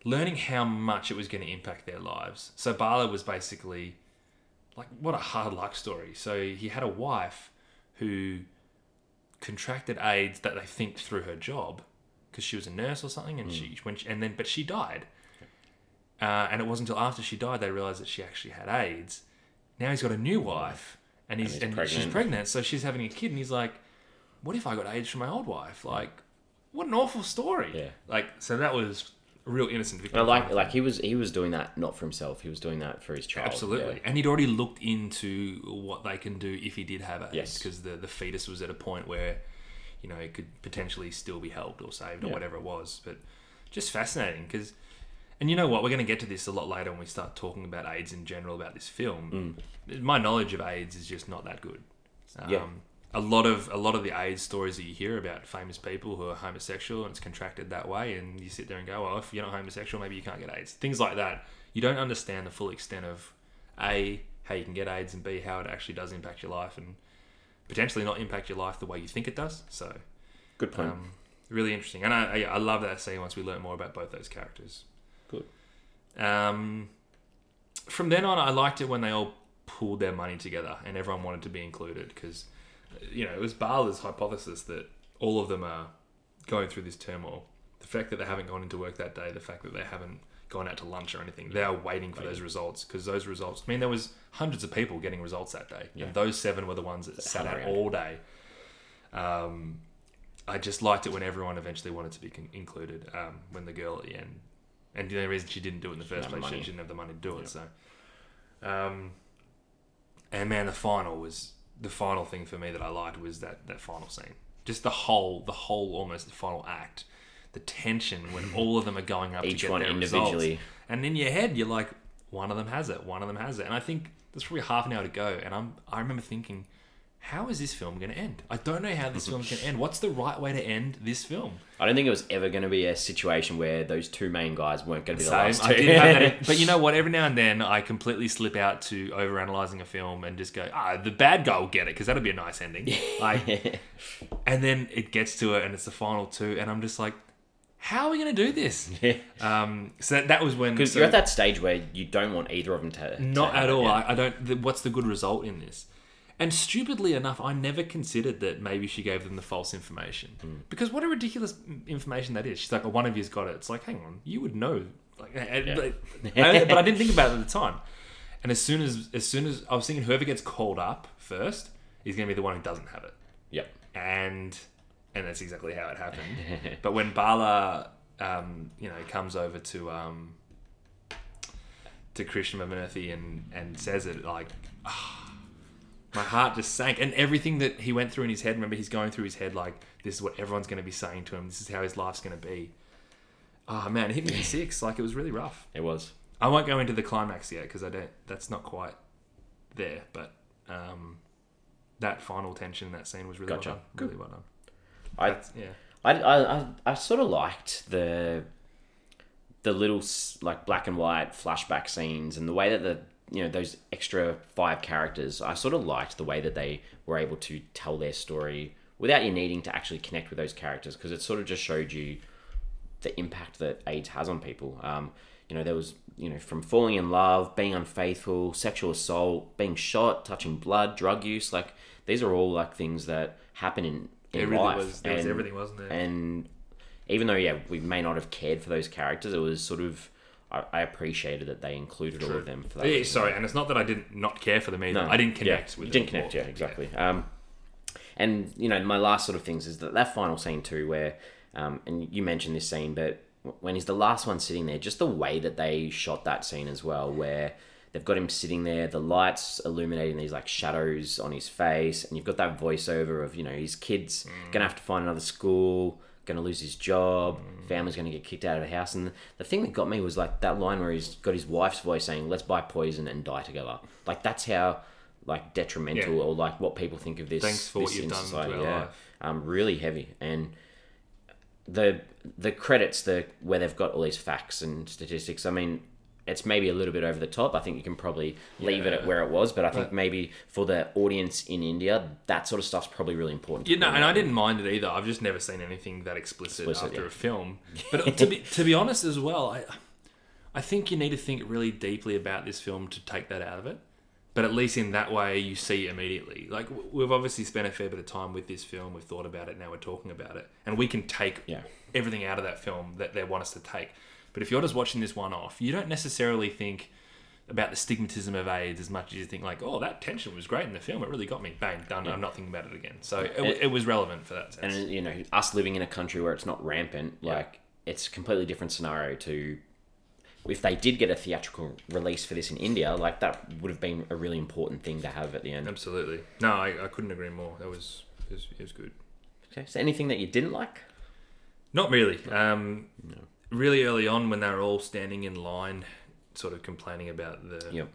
[SPEAKER 2] learning how much it was going to impact their lives. So Bala was basically like, what a hard luck story. So he had a wife who contracted AIDS that they think through her job because she was a nurse or something, and
[SPEAKER 1] Mm.
[SPEAKER 2] she when she, and then but she died. Uh, and it wasn't until after she died they realized that she actually had AIDS. Now he's got a new wife, and he's,
[SPEAKER 1] he's
[SPEAKER 2] and she's
[SPEAKER 1] pregnant.
[SPEAKER 2] pregnant, so she's having a kid, and he's like, "What if I got AIDS from my old wife? Like, what an awful story!"
[SPEAKER 1] Yeah.
[SPEAKER 2] Like, so that was a real innocent victim.
[SPEAKER 1] And I like like he was he was doing that not for himself. He was doing that for his child.
[SPEAKER 2] Absolutely.
[SPEAKER 1] Yeah.
[SPEAKER 2] And he'd already looked into what they can do if he did have AIDS
[SPEAKER 1] Yes.
[SPEAKER 2] because the, the fetus was at a point where, you know, it could potentially still be helped or saved or
[SPEAKER 1] Yeah.
[SPEAKER 2] whatever it was. But just fascinating because, and you know what, we're going to get to this a lot later when we start talking about AIDS in general, about this film. My knowledge of AIDS is just not that good. Um,
[SPEAKER 1] Yeah.
[SPEAKER 2] A lot of a lot of the AIDS stories that you hear about famous people who are homosexual and it's contracted that way, and you sit there and go, "Well, if you're not homosexual, maybe you can't get AIDS." Things like that. You don't understand the full extent of a how you can get AIDS and b how it actually does impact your life and potentially not impact your life the way you think it does. So,
[SPEAKER 1] Good point.
[SPEAKER 2] um, really interesting, and I, I I love that scene once we learn more about both those characters.
[SPEAKER 1] Good.
[SPEAKER 2] Um, from then on, I liked it when they all pulled their money together and everyone wanted to be included because, you know, it was Barla's hypothesis that all of them are going through this turmoil. The fact that they haven't gone into work that day, the fact that they haven't gone out to lunch or anything, they are waiting for those results because those results. I mean, there was hundreds of people getting results that day,
[SPEAKER 1] Yeah.
[SPEAKER 2] and those seven were the ones that sat
[SPEAKER 1] hung
[SPEAKER 2] out
[SPEAKER 1] around.
[SPEAKER 2] all day. Um, I just liked it when everyone eventually wanted to be con- included. Um, when the girl at the end, and the only reason she didn't do it in the first
[SPEAKER 1] didn't have
[SPEAKER 2] place, she
[SPEAKER 1] money.
[SPEAKER 2] she didn't have the money to do it. So, um, and man, the final was the final thing for me that I liked was that that final scene. Just the whole, the whole almost the final act, the tension when all of them are going up
[SPEAKER 1] Hmm. Each
[SPEAKER 2] to get
[SPEAKER 1] one
[SPEAKER 2] their
[SPEAKER 1] individually.
[SPEAKER 2] results. and in your head you're like, one of them has it, one of them has it, and I think there's probably half an hour to go, and I'm I remember thinking. How is this film going to end? I don't know how this film's going to end. What's the right way to end this film?
[SPEAKER 1] I don't think it was ever going to be a situation where those two main guys weren't going to be the
[SPEAKER 2] Same.
[SPEAKER 1] last two.
[SPEAKER 2] I did have that, but you know what? Every now and then, I completely slip out to overanalyzing a film and just go, "Ah, the bad guy will get it because that'll be a nice ending." Like, and then it gets to it, and it's the final two, and I'm just like, "How are we going to do this?" Um, so that, that was when
[SPEAKER 1] Because
[SPEAKER 2] so-
[SPEAKER 1] you're at that stage where you don't want either of them to. to
[SPEAKER 2] not
[SPEAKER 1] have
[SPEAKER 2] at
[SPEAKER 1] it,
[SPEAKER 2] all.
[SPEAKER 1] yeah.
[SPEAKER 2] I, I don't. The, what's the good result in this? And stupidly enough, I never considered that maybe she gave them the false information
[SPEAKER 1] Hmm.
[SPEAKER 2] because what a ridiculous m- information that is. She's like, oh, one of you's got it. It's like, hang on, you would know. Like, I- I- but, I, but I didn't think about it at the time. And as soon as as soon as I was thinking, whoever gets called up first is going to be the one who doesn't have it
[SPEAKER 1] Yep.
[SPEAKER 2] and and that's exactly how it happened. but when Bala, um, you know, comes over to um, to Krishnamurthy and and says it like, ah, my heart just sank, and everything that he went through in his head. Remember, he's going through his head like, this is what everyone's going to be saying to him. This is how his life's going to be. Oh man, it hit me in six. Like it was really rough.
[SPEAKER 1] It was.
[SPEAKER 2] I won't go into the climax yet because I don't. That's not quite there, but. Um, that final tension in that scene was really
[SPEAKER 1] Gotcha.
[SPEAKER 2] well done. Really well done.
[SPEAKER 1] I
[SPEAKER 2] Yeah.
[SPEAKER 1] I, I, I, I sort of liked the the little s- like black and white flashback scenes and the way that the you know those extra five characters I sort of liked the way that they were able to tell their story without you needing to actually connect with those characters because it sort of just showed you the impact that AIDS has on people um, you know there was you know from falling in love being unfaithful sexual assault being shot touching blood drug use like these are all like things that happen in, in
[SPEAKER 2] It really
[SPEAKER 1] life
[SPEAKER 2] was. There was
[SPEAKER 1] and-
[SPEAKER 2] everything, wasn't there?
[SPEAKER 1] and even though yeah we may not have cared for those characters it was sort of i, I appreciated that they included all of them for that
[SPEAKER 2] Yeah,
[SPEAKER 1] reason.
[SPEAKER 2] sorry, and it's not that I didn't not care for them either.
[SPEAKER 1] No,
[SPEAKER 2] I didn't
[SPEAKER 1] yeah,
[SPEAKER 2] connect with
[SPEAKER 1] you
[SPEAKER 2] them
[SPEAKER 1] didn't connect
[SPEAKER 2] more.
[SPEAKER 1] yeah exactly um and you know my last sort of things is that that final scene too where um and you mentioned this scene but w- when he's the last one sitting there just the way that they shot that scene as well where they've got him sitting there the lights illuminating these like shadows on his face and you've got that voiceover of you know his kids gonna have to find another school going to lose his job, family's going to get kicked out of the house. And the thing that got me was like that line where he's got his wife's voice saying, "Let's buy poison and die together." Like that's how like detrimental
[SPEAKER 2] Yeah.
[SPEAKER 1] or like what people think of this.
[SPEAKER 2] Thanks for what
[SPEAKER 1] this
[SPEAKER 2] you've
[SPEAKER 1] in
[SPEAKER 2] done to our life.
[SPEAKER 1] Um, really heavy and the the credits the where they've got all these facts and statistics. I mean, it's maybe a little bit over the top. I think you can probably leave it at
[SPEAKER 2] Yeah.
[SPEAKER 1] where it was, but I think
[SPEAKER 2] But-
[SPEAKER 1] maybe for the audience in India, that sort of stuff's probably really important. to
[SPEAKER 2] You know,
[SPEAKER 1] bring
[SPEAKER 2] and
[SPEAKER 1] out.
[SPEAKER 2] I didn't mind it either. I've just never seen anything that explicit,
[SPEAKER 1] Explicit,
[SPEAKER 2] after
[SPEAKER 1] yeah.
[SPEAKER 2] a film. But uh, to be to be honest as well, I I think you need to think really deeply about this film to take that out of it. But at least in that way, you see immediately. Like w- we've obviously spent a fair bit of time with this film. We've thought about it. Now we're talking about it, and we can take
[SPEAKER 1] Yeah.
[SPEAKER 2] everything out of that film that they want us to take. But if you're just watching this one off, you don't necessarily think about the stigmatism of AIDS as much as you think like, oh, that tension was great in the film. It really got me. Bang, done. I'm not thinking about it again. So it, w- it was relevant for that sense.
[SPEAKER 1] and you know us living in a country where it's not rampant like it's a completely different scenario to if they did get a theatrical release for this in india like that would have been a really important thing to have at the end
[SPEAKER 2] Absolutely. No, I, I couldn't agree more. That was it was, it was good.
[SPEAKER 1] okay so anything that you didn't like
[SPEAKER 2] Not really. Um, Really early on, when they were all standing in line, sort of complaining about the.
[SPEAKER 1] Yep.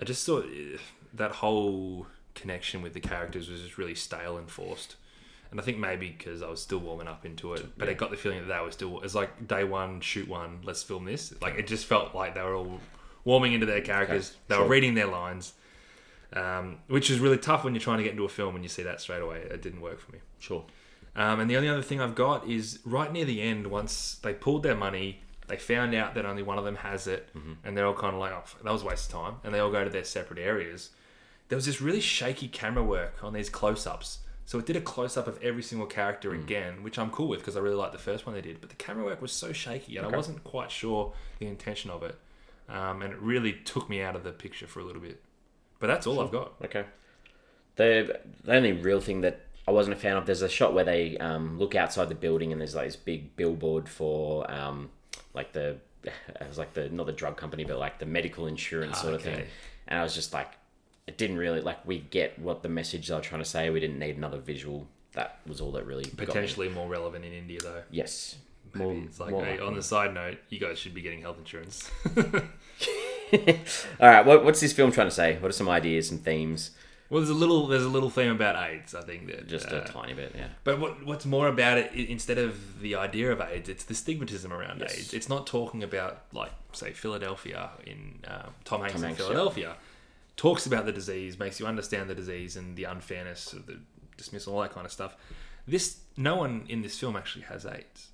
[SPEAKER 2] I just thought eh, that whole connection with the characters was just really stale and forced. And I think maybe because I was still warming up into it, but I got the feeling that they were still. It's like day one, shoot one, let's film this. Like it just felt like they were all warming into their characters. They
[SPEAKER 1] sure.
[SPEAKER 2] were reading their lines, um, which is really tough when you're trying to get into a film and you see that straight away. It didn't work for me.
[SPEAKER 1] sure
[SPEAKER 2] Um, and the only other thing I've got is right near the end, once they pulled their money, they found out that only one of them has it, and they're all kind of like, oh, fuck, that was a waste of time. And they all go to their separate areas. There was this really shaky camera work on these close ups. So it did a close up of every single character again, which I'm cool with because I really liked the first one they did. But the camera work was so shaky, and I wasn't quite sure the intention of it. Um, and it really took me out of the picture for a little bit. But that's all I've got.
[SPEAKER 1] okay the, the only real thing that i wasn't a fan of there's a shot where they um, look outside the building and there's like this big billboard for um, like the it was like the not the drug company but like the medical insurance sort of thing
[SPEAKER 2] Ah, okay.
[SPEAKER 1] and i was just like it didn't really like we get what the message they were trying to say we didn't need another visual that was all that really got me.
[SPEAKER 2] Potentially more relevant in India, though.
[SPEAKER 1] yes
[SPEAKER 2] Maybe
[SPEAKER 1] More-
[SPEAKER 2] it's like,
[SPEAKER 1] more
[SPEAKER 2] hey,
[SPEAKER 1] likely.
[SPEAKER 2] on the side note, you guys should be getting health insurance.
[SPEAKER 1] all right what, what's this film trying to say what are some ideas some themes
[SPEAKER 2] well, there's a little there's a little theme about AIDS, I think. That,
[SPEAKER 1] just
[SPEAKER 2] uh,
[SPEAKER 1] a tiny bit yeah
[SPEAKER 2] But what, what's more about it, i- instead of the idea of AIDS, it's the stigmatism around
[SPEAKER 1] Yes.
[SPEAKER 2] AIDS. It's not talking about, like, say, Philadelphia in uh, Tom Hanks in
[SPEAKER 1] Hanks, yeah.
[SPEAKER 2] Philadelphia. Talks about the disease, makes you understand the disease and the unfairness of the dismissal, all that kind of stuff. This No one in this film actually has AIDS.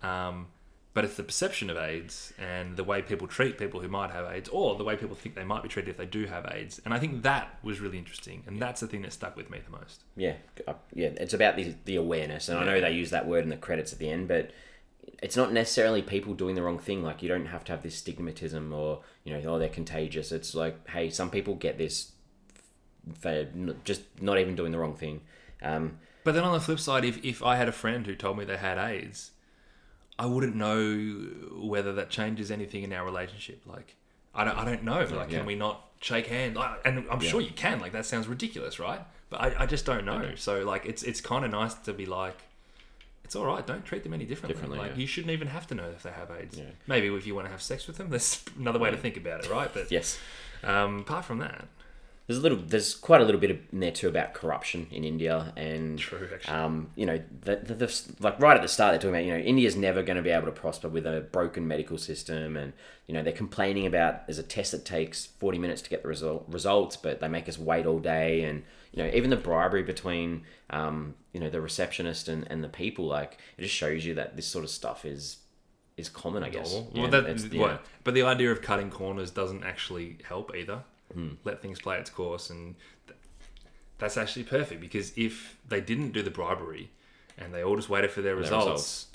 [SPEAKER 2] Um, but it's the perception of AIDS and the way people treat people who might have AIDS or the way people think they might be treated if they do have AIDS. And I think that was really interesting. And that's the thing that stuck with me the most.
[SPEAKER 1] Yeah, uh, yeah. It's about the the awareness, and I know they use that word in the credits at the end, but it's not necessarily people doing the wrong thing. Like you don't have to have this stigmatism or you know, oh, they're contagious. It's like, hey, some people get this for n- just not even doing the wrong thing. Um,
[SPEAKER 2] But then on the flip side, if, if I had a friend who told me they had AIDS, I wouldn't know whether that changes anything in our relationship. Like, I don't, I don't know. Like,
[SPEAKER 1] yeah.
[SPEAKER 2] can we not shake hands? Like, and I'm sure you can. Like, that sounds ridiculous, right? But I, I just don't know. So, like, it's it's kind of nice to be like, it's all right. Don't treat them any differently.
[SPEAKER 1] Differently,
[SPEAKER 2] like,
[SPEAKER 1] yeah.
[SPEAKER 2] you shouldn't even have to know if they have AIDS. Maybe if you want to have sex with them, there's another way to think about it, right? But
[SPEAKER 1] yes,
[SPEAKER 2] um, apart from that,
[SPEAKER 1] there's a little, there's quite a little bit in there too about corruption in India and
[SPEAKER 2] true, actually.
[SPEAKER 1] um, you know, the, the, the, like right at the start, they're talking about, you know, India's never going to be able to prosper with a broken medical system. And, you know, they're complaining about there's a test that takes 40 minutes to get the result, results, but they make us wait all day. And, you know, even the bribery between, um, you know, the receptionist and, and the people, like, it just shows you that this sort of stuff is is common, I guess.
[SPEAKER 2] Well,
[SPEAKER 1] Yeah,
[SPEAKER 2] well, that,
[SPEAKER 1] it's-
[SPEAKER 2] what-
[SPEAKER 1] yeah.
[SPEAKER 2] But the idea of cutting corners doesn't actually help either.
[SPEAKER 1] Hmm.
[SPEAKER 2] Let things play its course, and th- that's actually perfect because if they didn't do the bribery and they all just waited for their, results,
[SPEAKER 1] results.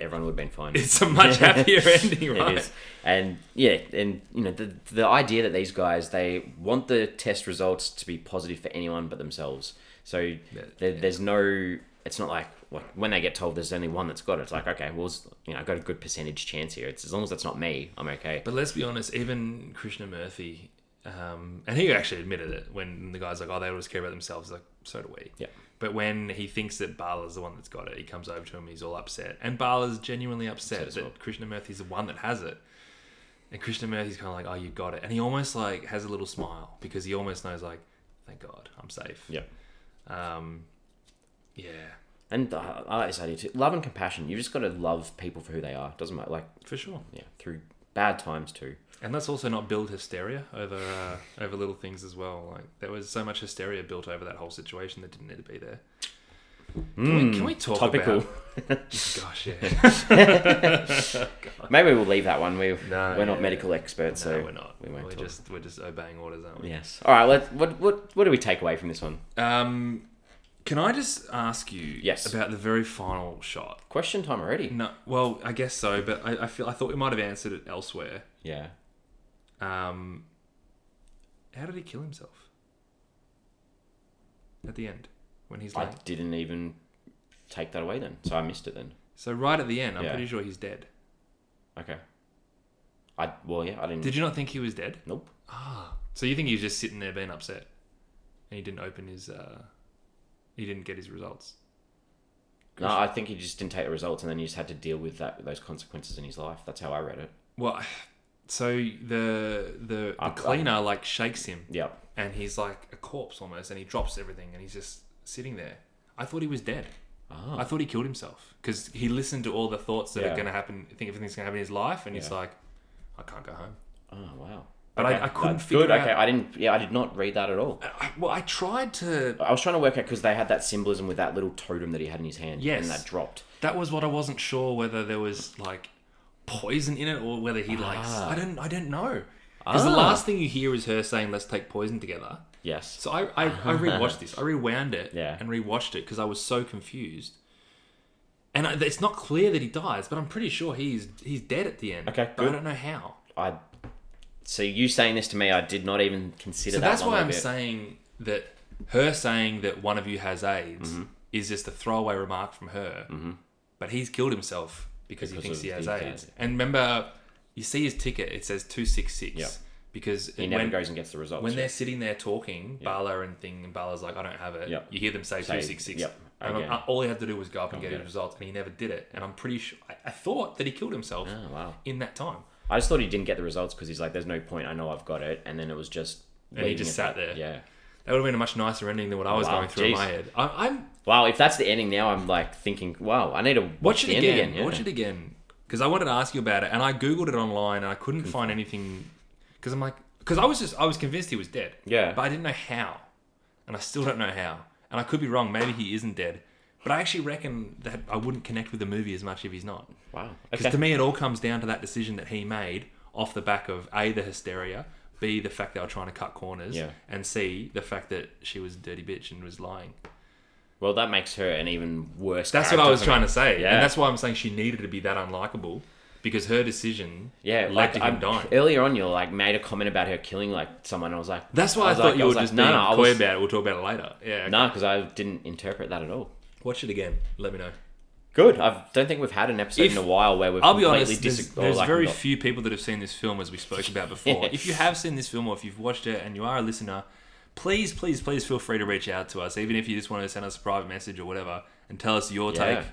[SPEAKER 1] Everyone would have been fine.
[SPEAKER 2] it's a much happier ending, right?
[SPEAKER 1] It is. And yeah, and you know the the idea that these guys they want the test results to be positive for anyone but themselves. So there, there's no. It's not like like when they get told there's only one that's got it. It's like okay, well, it's- you know, I got a good percentage chance here. It's as long as that's not me, I'm okay.
[SPEAKER 2] But let's be honest, even Krishnamurthy, um, and he actually admitted it when the guy's like, "Oh, they always care about themselves." Like, so do we.
[SPEAKER 1] Yeah.
[SPEAKER 2] But when he thinks that Bala's the one that's got it, he comes over to him. He's all upset, and Bala's genuinely upset
[SPEAKER 1] as
[SPEAKER 2] that
[SPEAKER 1] well.
[SPEAKER 2] Krishnamurthy's the one that has it. And Krishnamurthy's kind of like, "Oh, you got it," and he almost like has a little smile because he almost knows, like, "Thank God, I'm safe."
[SPEAKER 1] Yeah.
[SPEAKER 2] Um, yeah,
[SPEAKER 1] And uh, I like this idea too. Love and compassion. You've just got to love people for who they are. Doesn't matter. Like,
[SPEAKER 2] for sure.
[SPEAKER 1] yeah, through bad times too.
[SPEAKER 2] And let's also not build hysteria over uh, over little things as well. Like there was so much hysteria built over that whole situation that didn't need to be there. Can, we, can we talk
[SPEAKER 1] Hmm, Topical.
[SPEAKER 2] about? Gosh, yeah.
[SPEAKER 1] Maybe we'll leave that one. We're,
[SPEAKER 2] No,
[SPEAKER 1] we're not
[SPEAKER 2] Oh, yeah.
[SPEAKER 1] medical experts, so
[SPEAKER 2] no, we're not.
[SPEAKER 1] we
[SPEAKER 2] We
[SPEAKER 1] won't
[SPEAKER 2] are
[SPEAKER 1] talk.
[SPEAKER 2] just we're just obeying orders, aren't we?
[SPEAKER 1] Yes. All right. Let, what what what do we take away from this one?
[SPEAKER 2] Um, can I just ask you?
[SPEAKER 1] Yes.
[SPEAKER 2] About the very final shot.
[SPEAKER 1] Question time already.
[SPEAKER 2] No, well, I guess so, but I, I feel I thought we might have answered it elsewhere.
[SPEAKER 1] Yeah.
[SPEAKER 2] Um, how did he kill himself? At the end, when he's
[SPEAKER 1] I
[SPEAKER 2] like,
[SPEAKER 1] didn't even take that away then, so I missed it then.
[SPEAKER 2] so right at the end, I'm
[SPEAKER 1] Yeah.
[SPEAKER 2] pretty sure he's dead.
[SPEAKER 1] Okay. I well yeah I didn't.
[SPEAKER 2] Did you not think he was dead?
[SPEAKER 1] nope.
[SPEAKER 2] Ah. So you think he was just sitting there being upset, and he didn't open his, uh, he didn't get his results.
[SPEAKER 1] No, I think he just didn't take the results, and then he just had to deal with that those consequences in his life. That's how I read it.
[SPEAKER 2] Well, so the the, the
[SPEAKER 1] I- I-
[SPEAKER 2] cleaner like shakes him,
[SPEAKER 1] Yep.
[SPEAKER 2] and he's like a corpse almost, and he drops everything, and he's just sitting there. I thought he was dead.
[SPEAKER 1] Ah.
[SPEAKER 2] I thought he killed himself because he listened to all the thoughts that
[SPEAKER 1] Yeah.
[SPEAKER 2] are going to happen. Think everything's going to happen in his life, and he's
[SPEAKER 1] Yeah.
[SPEAKER 2] like, I can't go home.
[SPEAKER 1] Oh wow.
[SPEAKER 2] But I- I couldn't
[SPEAKER 1] That's
[SPEAKER 2] figure
[SPEAKER 1] good.
[SPEAKER 2] out-
[SPEAKER 1] Okay, I didn't. Yeah, I did not read that at all.
[SPEAKER 2] I, I- well, I tried to
[SPEAKER 1] I was trying to work out because they had that symbolism with that little totem that he had in his hand.
[SPEAKER 2] Yes.
[SPEAKER 1] and that dropped.
[SPEAKER 2] That was what I wasn't sure whether there was like poison in it or whether he likes. I don't. I don't know. Because
[SPEAKER 1] Ah.
[SPEAKER 2] the last thing you hear is her saying, "Let's take poison together."
[SPEAKER 1] Yes.
[SPEAKER 2] So I, I, I rewatched this. I rewound it
[SPEAKER 1] Yeah.
[SPEAKER 2] and rewatched it because I was so confused. And I, it's not clear that he dies, but I'm pretty sure he's he's dead at the end.
[SPEAKER 1] Okay,
[SPEAKER 2] but
[SPEAKER 1] good.
[SPEAKER 2] I don't know how.
[SPEAKER 1] I. So you saying this to me, I did not even consider.
[SPEAKER 2] So
[SPEAKER 1] that
[SPEAKER 2] that's
[SPEAKER 1] one
[SPEAKER 2] why
[SPEAKER 1] a
[SPEAKER 2] I'm
[SPEAKER 1] bit.
[SPEAKER 2] saying that her saying that one of you has AIDS
[SPEAKER 1] Mm-hmm.
[SPEAKER 2] is just a throwaway remark from her. But he's killed himself because,
[SPEAKER 1] Because
[SPEAKER 2] he thinks
[SPEAKER 1] of
[SPEAKER 2] he has
[SPEAKER 1] the
[SPEAKER 2] AIDS.
[SPEAKER 1] AIDS.
[SPEAKER 2] And remember, you see his ticket; it says two six
[SPEAKER 1] Yeah.
[SPEAKER 2] six. Because
[SPEAKER 1] He
[SPEAKER 2] when
[SPEAKER 1] never goes and gets the results.
[SPEAKER 2] when
[SPEAKER 1] yeah.
[SPEAKER 2] they're sitting there talking, Bala and thing, and Bala's like, "I don't have it."
[SPEAKER 1] Yeah.
[SPEAKER 2] You hear them say
[SPEAKER 1] Say,
[SPEAKER 2] two six six.
[SPEAKER 1] yep,
[SPEAKER 2] And I'm-
[SPEAKER 1] again.
[SPEAKER 2] I- all he had to do was go up and get,
[SPEAKER 1] get
[SPEAKER 2] his
[SPEAKER 1] it.
[SPEAKER 2] results, and he never did it. And I'm pretty sure I, I thought that he killed himself
[SPEAKER 1] Oh wow.
[SPEAKER 2] in that time.
[SPEAKER 1] I just thought he didn't get the results because he's like, "There's no point. I know I've got it," and then it was just.
[SPEAKER 2] And he
[SPEAKER 1] leaving
[SPEAKER 2] just
[SPEAKER 1] it
[SPEAKER 2] sat
[SPEAKER 1] that-
[SPEAKER 2] there.
[SPEAKER 1] Yeah.
[SPEAKER 2] That would have been a much nicer ending than what I was
[SPEAKER 1] Wow,
[SPEAKER 2] going through in
[SPEAKER 1] jeez.
[SPEAKER 2] my head. I, I'm
[SPEAKER 1] Wow. If that's the ending now, I'm like thinking, "Wow, I need to
[SPEAKER 2] Watch
[SPEAKER 1] watch, the
[SPEAKER 2] it
[SPEAKER 1] end
[SPEAKER 2] again.
[SPEAKER 1] again." yeah.
[SPEAKER 2] Watch it again. Because I wanted to ask you about it, and I googled it online, and I couldn't find anything. Because I'm like, because I was just, I was convinced he was dead.
[SPEAKER 1] Yeah.
[SPEAKER 2] But I didn't know how, and I still don't know how, and I could be wrong. Maybe he isn't dead, but I actually reckon that I wouldn't connect with the movie as much if he's not.
[SPEAKER 1] Wow.
[SPEAKER 2] Because
[SPEAKER 1] Okay.
[SPEAKER 2] to me, it all comes down to that decision that he made off the back of a the hysteria, b the fact they were trying to cut corners,
[SPEAKER 1] Yeah.
[SPEAKER 2] and c the fact that she was a dirty bitch and was lying.
[SPEAKER 1] Well, that makes her an even worse.
[SPEAKER 2] That's what I
[SPEAKER 1] character
[SPEAKER 2] was
[SPEAKER 1] for me.
[SPEAKER 2] trying to say,
[SPEAKER 1] Yeah.
[SPEAKER 2] and that's why I'm saying she needed to be that unlikable because her decision
[SPEAKER 1] Yeah,
[SPEAKER 2] led
[SPEAKER 1] like
[SPEAKER 2] to him
[SPEAKER 1] I'm
[SPEAKER 2] dying.
[SPEAKER 1] earlier on, you like made a comment about her killing like someone. I was like,
[SPEAKER 2] that's why I,
[SPEAKER 1] was
[SPEAKER 2] thought
[SPEAKER 1] like-
[SPEAKER 2] you
[SPEAKER 1] I
[SPEAKER 2] were
[SPEAKER 1] was like,
[SPEAKER 2] just being
[SPEAKER 1] I
[SPEAKER 2] coy
[SPEAKER 1] was-
[SPEAKER 2] about it. We'll talk about it later. Yeah,
[SPEAKER 1] no, because I didn't interpret that at all.
[SPEAKER 2] watch it again. Let me know.
[SPEAKER 1] Good. I don't think we've had an episode
[SPEAKER 2] If-
[SPEAKER 1] in a while where we've
[SPEAKER 2] I'll be
[SPEAKER 1] completely
[SPEAKER 2] honest. There's,
[SPEAKER 1] disag- or,
[SPEAKER 2] there's
[SPEAKER 1] like,
[SPEAKER 2] very
[SPEAKER 1] not-
[SPEAKER 2] few people that have seen this film, as we spoke about before. If you have seen this film, or if you've watched it, and you are a listener, please, please, please feel free to reach out to us, even if you just want to send us a private message or whatever, and tell us your
[SPEAKER 1] Yeah.
[SPEAKER 2] take.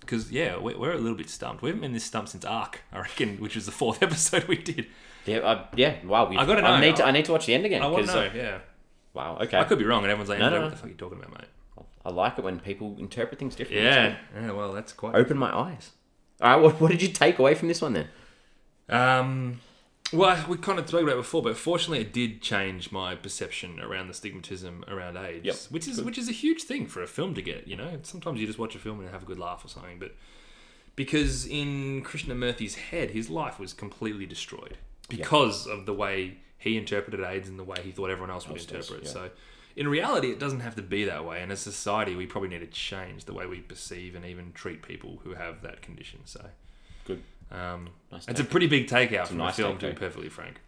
[SPEAKER 2] because yeah, we- we're a little bit stumped. We haven't been this stumped since Arc, I reckon, which was the fourth episode we did.
[SPEAKER 1] Yeah, I, yeah. Wow. We've, I
[SPEAKER 2] gotta know.
[SPEAKER 1] need to. I need to watch the end again.
[SPEAKER 2] I want to
[SPEAKER 1] 'cause,
[SPEAKER 2] know.
[SPEAKER 1] uh,
[SPEAKER 2] yeah,
[SPEAKER 1] wow. Okay.
[SPEAKER 2] I
[SPEAKER 1] I,
[SPEAKER 2] could be wrong, and everyone's like,
[SPEAKER 1] No, no,
[SPEAKER 2] "What
[SPEAKER 1] no.
[SPEAKER 2] the fuck are you talking about, mate?"
[SPEAKER 1] like it when people interpret things differently.
[SPEAKER 2] Yeah.
[SPEAKER 1] It's
[SPEAKER 2] yeah well, that's quite.
[SPEAKER 1] good. Open my eyes. All right. What, what did you take away from this one then?
[SPEAKER 2] Um, well, we kind of spoke about it before, but fortunately, it did change my perception around the stigmatism around AIDS,
[SPEAKER 1] Yep.
[SPEAKER 2] which is which is a huge thing for a film to get. You know, sometimes you just watch a film and have a good laugh or something, but because in Krishnamurthy's head, his life was completely destroyed because of the way he interpreted AIDS and the way he thought everyone else would interpret. it.
[SPEAKER 1] yeah.
[SPEAKER 2] So, in reality, it doesn't have to be that way. And as society, we probably need to change the way we perceive and even treat people who have that condition. So,
[SPEAKER 1] Good.
[SPEAKER 2] um,
[SPEAKER 1] Nice
[SPEAKER 2] it's a pretty big takeout from
[SPEAKER 1] nice
[SPEAKER 2] the film,
[SPEAKER 1] takeout.
[SPEAKER 2] to be perfectly frank.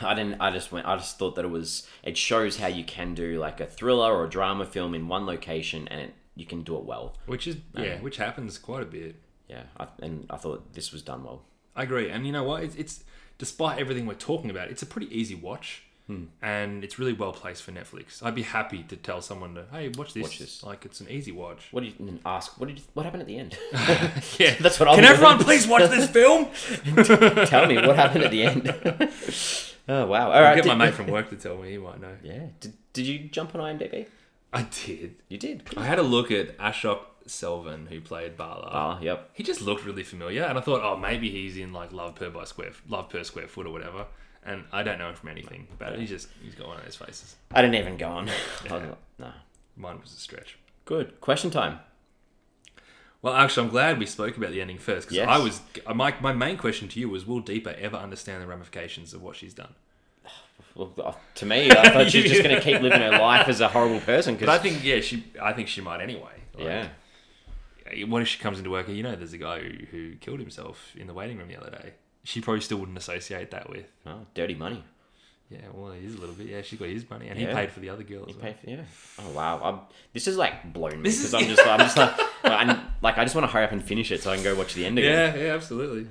[SPEAKER 1] I didn't. I just went. I just thought that it was. It shows how you can do like a thriller or a drama film in one location, and it, you can do it well.
[SPEAKER 2] Which is yeah, which happens quite a bit.
[SPEAKER 1] Yeah, I, and I thought this was done well.
[SPEAKER 2] I agree, and you know what? It's, it's despite everything we're talking about, it's a pretty easy watch. and it's really well placed for Netflix. I'd be happy to tell someone to, hey, watch this.
[SPEAKER 1] Watch this.
[SPEAKER 2] Like it's an easy watch.
[SPEAKER 1] What did you and ask? What did you, what happened at the end?
[SPEAKER 2] yeah,
[SPEAKER 1] That's what I'll
[SPEAKER 2] Can
[SPEAKER 1] be
[SPEAKER 2] everyone
[SPEAKER 1] doing.
[SPEAKER 2] please watch this film?
[SPEAKER 1] Tell me what happened at the end. oh wow! All
[SPEAKER 2] I'll
[SPEAKER 1] right.
[SPEAKER 2] get my
[SPEAKER 1] did-
[SPEAKER 2] mate from work to tell me. He might know.
[SPEAKER 1] Yeah. Did, did you jump on IMDb?
[SPEAKER 2] I did.
[SPEAKER 1] You did.
[SPEAKER 2] I had a look at Ashok Selvin, who played Bala.
[SPEAKER 1] Ah, yep.
[SPEAKER 2] He just looked really familiar, and I thought, oh, maybe he's in like Love Per by Square, Love Per Square Foot or whatever. And I don't know him from anything, but he just he's got one of those faces.
[SPEAKER 1] I didn't even go on. I was like, no.
[SPEAKER 2] Mine was a stretch.
[SPEAKER 1] Good. Question time.
[SPEAKER 2] Well, actually, I'm glad we spoke about the ending first because
[SPEAKER 1] Yes.
[SPEAKER 2] I was uh, my my main question to you was, will Deepa ever understand the ramifications of what she's done?
[SPEAKER 1] Well, uh, to me, I thought she was just going to keep living her life as a horrible person.
[SPEAKER 2] But I
[SPEAKER 1] Because
[SPEAKER 2] think yeah, she I think she might anyway. Like, eh,
[SPEAKER 1] yeah,
[SPEAKER 2] What if she comes into work and you know there's a guy who, who killed himself in the waiting room the other day? She probably still wouldn't associate that with.
[SPEAKER 1] oh, dirty money.
[SPEAKER 2] Yeah, well, it is a little bit. Yeah, she got his money and
[SPEAKER 1] Yeah.
[SPEAKER 2] he paid for the other girl as well.
[SPEAKER 1] Pay for- yeah. Oh wow. I'm, this is like blown me
[SPEAKER 2] This
[SPEAKER 1] because
[SPEAKER 2] is-
[SPEAKER 1] I'm just I'm just like I'm, like I just want to hurry up and finish it so I can go watch the end again.
[SPEAKER 2] Yeah, yeah, absolutely.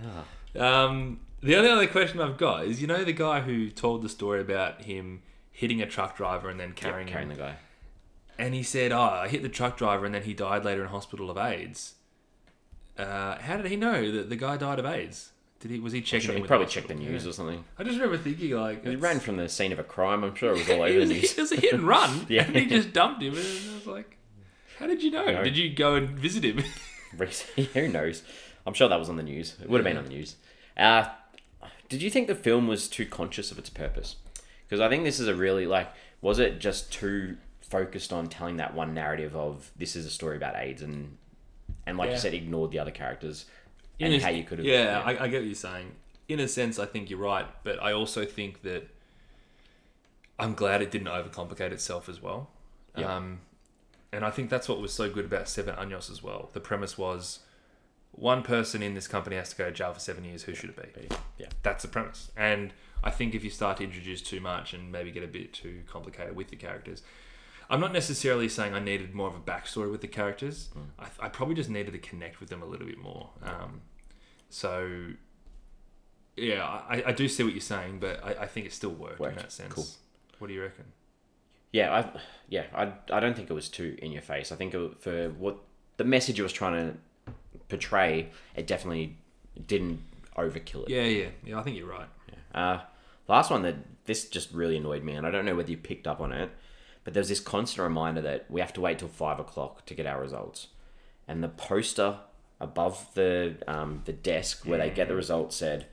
[SPEAKER 2] Um, the only other question I've got is, you know, the guy who told the story about him hitting a truck driver and then carrying,
[SPEAKER 1] Carrying the
[SPEAKER 2] him,
[SPEAKER 1] guy.
[SPEAKER 2] and he said, "Oh, I hit the truck driver, and then he died later in hospital of AIDS." Uh, how did he know that the guy died of AIDS? Did he was he checking?
[SPEAKER 1] Sure,
[SPEAKER 2] in
[SPEAKER 1] he
[SPEAKER 2] with
[SPEAKER 1] probably
[SPEAKER 2] hospital?
[SPEAKER 1] checked the news or something.
[SPEAKER 2] I just remember thinking like
[SPEAKER 1] He
[SPEAKER 2] it's-
[SPEAKER 1] ran from the scene of a crime. I'm sure it was all over
[SPEAKER 2] It
[SPEAKER 1] the
[SPEAKER 2] was,
[SPEAKER 1] news.
[SPEAKER 2] it was a hit and run,
[SPEAKER 1] Yeah.
[SPEAKER 2] and he just dumped him. And I was like, "How did you know?
[SPEAKER 1] No.
[SPEAKER 2] Did you go and visit him?"
[SPEAKER 1] Who knows? I'm sure that was on the news. It would have been on the news. Uh, did you think the film was too conscious of its purpose? Because I think this is a really like, was it just too focused on telling that one narrative of this is a story about AIDS and and like
[SPEAKER 2] Yeah.
[SPEAKER 1] you said, ignored the other characters
[SPEAKER 2] In
[SPEAKER 1] and
[SPEAKER 2] a-
[SPEAKER 1] how you could have
[SPEAKER 2] Yeah, I, I get what you're saying. In a sense, I think you're right, but I also think that I'm glad it didn't overcomplicate itself as well.
[SPEAKER 1] Yeah.
[SPEAKER 2] Um, and I think that's what was so good about Seven Años as well. The premise was one person in this company has to go to jail for seven years. Who should it be?
[SPEAKER 1] Yeah.
[SPEAKER 2] That's the premise. And I think if you start to introduce too much and maybe get a bit too complicated with the characters, I'm not necessarily saying I needed more of a backstory with the characters. I, I probably just needed to connect with them a little bit more. Um, so, yeah, I, I do see what you're saying, but I, I think it still worked,
[SPEAKER 1] Worked.
[SPEAKER 2] in that sense.
[SPEAKER 1] Cool.
[SPEAKER 2] What do you reckon?
[SPEAKER 1] yeah, I, yeah, I, I don't think it was too in your face. I think it, for what the message it was trying to portray, it definitely didn't overkill it.
[SPEAKER 2] Yeah, yeah, yeah. I think you're right.
[SPEAKER 1] Uh, last one that this just really annoyed me, and I don't know whether you picked up on it, but there's this constant reminder that we have to wait till five o'clock to get our results, and the poster above the um, the desk where they get the results said.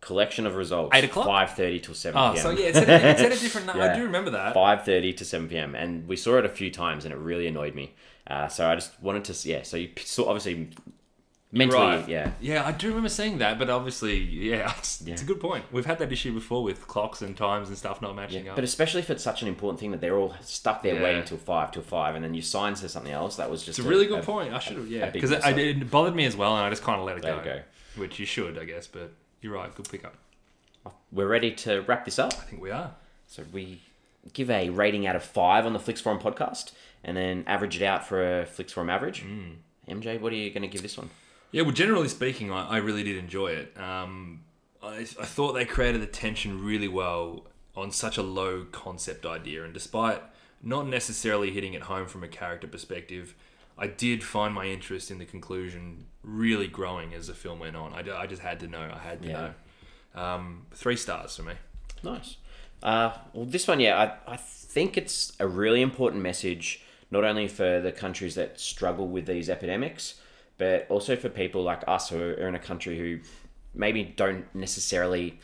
[SPEAKER 1] Collection of results.
[SPEAKER 2] Hmm. Eight o'clock?
[SPEAKER 1] Five thirty till seven
[SPEAKER 2] Oh,
[SPEAKER 1] p.m.
[SPEAKER 2] so yeah, it's at, a- it's at a different. number.
[SPEAKER 1] Yeah.
[SPEAKER 2] I do remember that.
[SPEAKER 1] five thirty to seven pm, and we saw it a few times, and it really annoyed me. Uh, so I just wanted to, s- yeah. So you p- saw obviously mentally,
[SPEAKER 2] Right.
[SPEAKER 1] yeah,
[SPEAKER 2] Yeah, I do remember seeing that, but obviously, yeah, it's, it's a good point. We've had that issue before with clocks and times and stuff not matching up.
[SPEAKER 1] but especially if it's such an important thing that they're all stuck there
[SPEAKER 2] Yeah.
[SPEAKER 1] waiting till five till five, and then your sign says something else. That was just
[SPEAKER 2] it's a really good
[SPEAKER 1] a-
[SPEAKER 2] point. I should have, yeah,
[SPEAKER 1] big
[SPEAKER 2] because it,
[SPEAKER 1] mess-up.
[SPEAKER 2] it bothered me as well, and I just kind of let it
[SPEAKER 1] Let
[SPEAKER 2] go,
[SPEAKER 1] it go.
[SPEAKER 2] which you should, I guess. But you're right, good pickup.
[SPEAKER 1] We're ready to wrap this up.
[SPEAKER 2] I think we are.
[SPEAKER 1] So we give a rating out of five on the Flix Forum podcast, and then average it out for a Flix Forum average.
[SPEAKER 2] Mm.
[SPEAKER 1] MJ, what are you going to give this one?
[SPEAKER 2] Yeah, well, generally speaking, I, I really did enjoy it. Um, I, I thought they created the tension really well on such a low concept idea, and despite not necessarily hitting it home from a character perspective, I did find my interest in the conclusion really growing as the film went on. I, ju- I just had to know. I had to
[SPEAKER 1] Yeah.
[SPEAKER 2] know. Um, three stars for me.
[SPEAKER 1] Nice. Uh, well, this one, yeah, I, I think it's a really important message, not only for the countries that struggle with these epidemics, but also for people like us who are in a country who maybe don't necessarily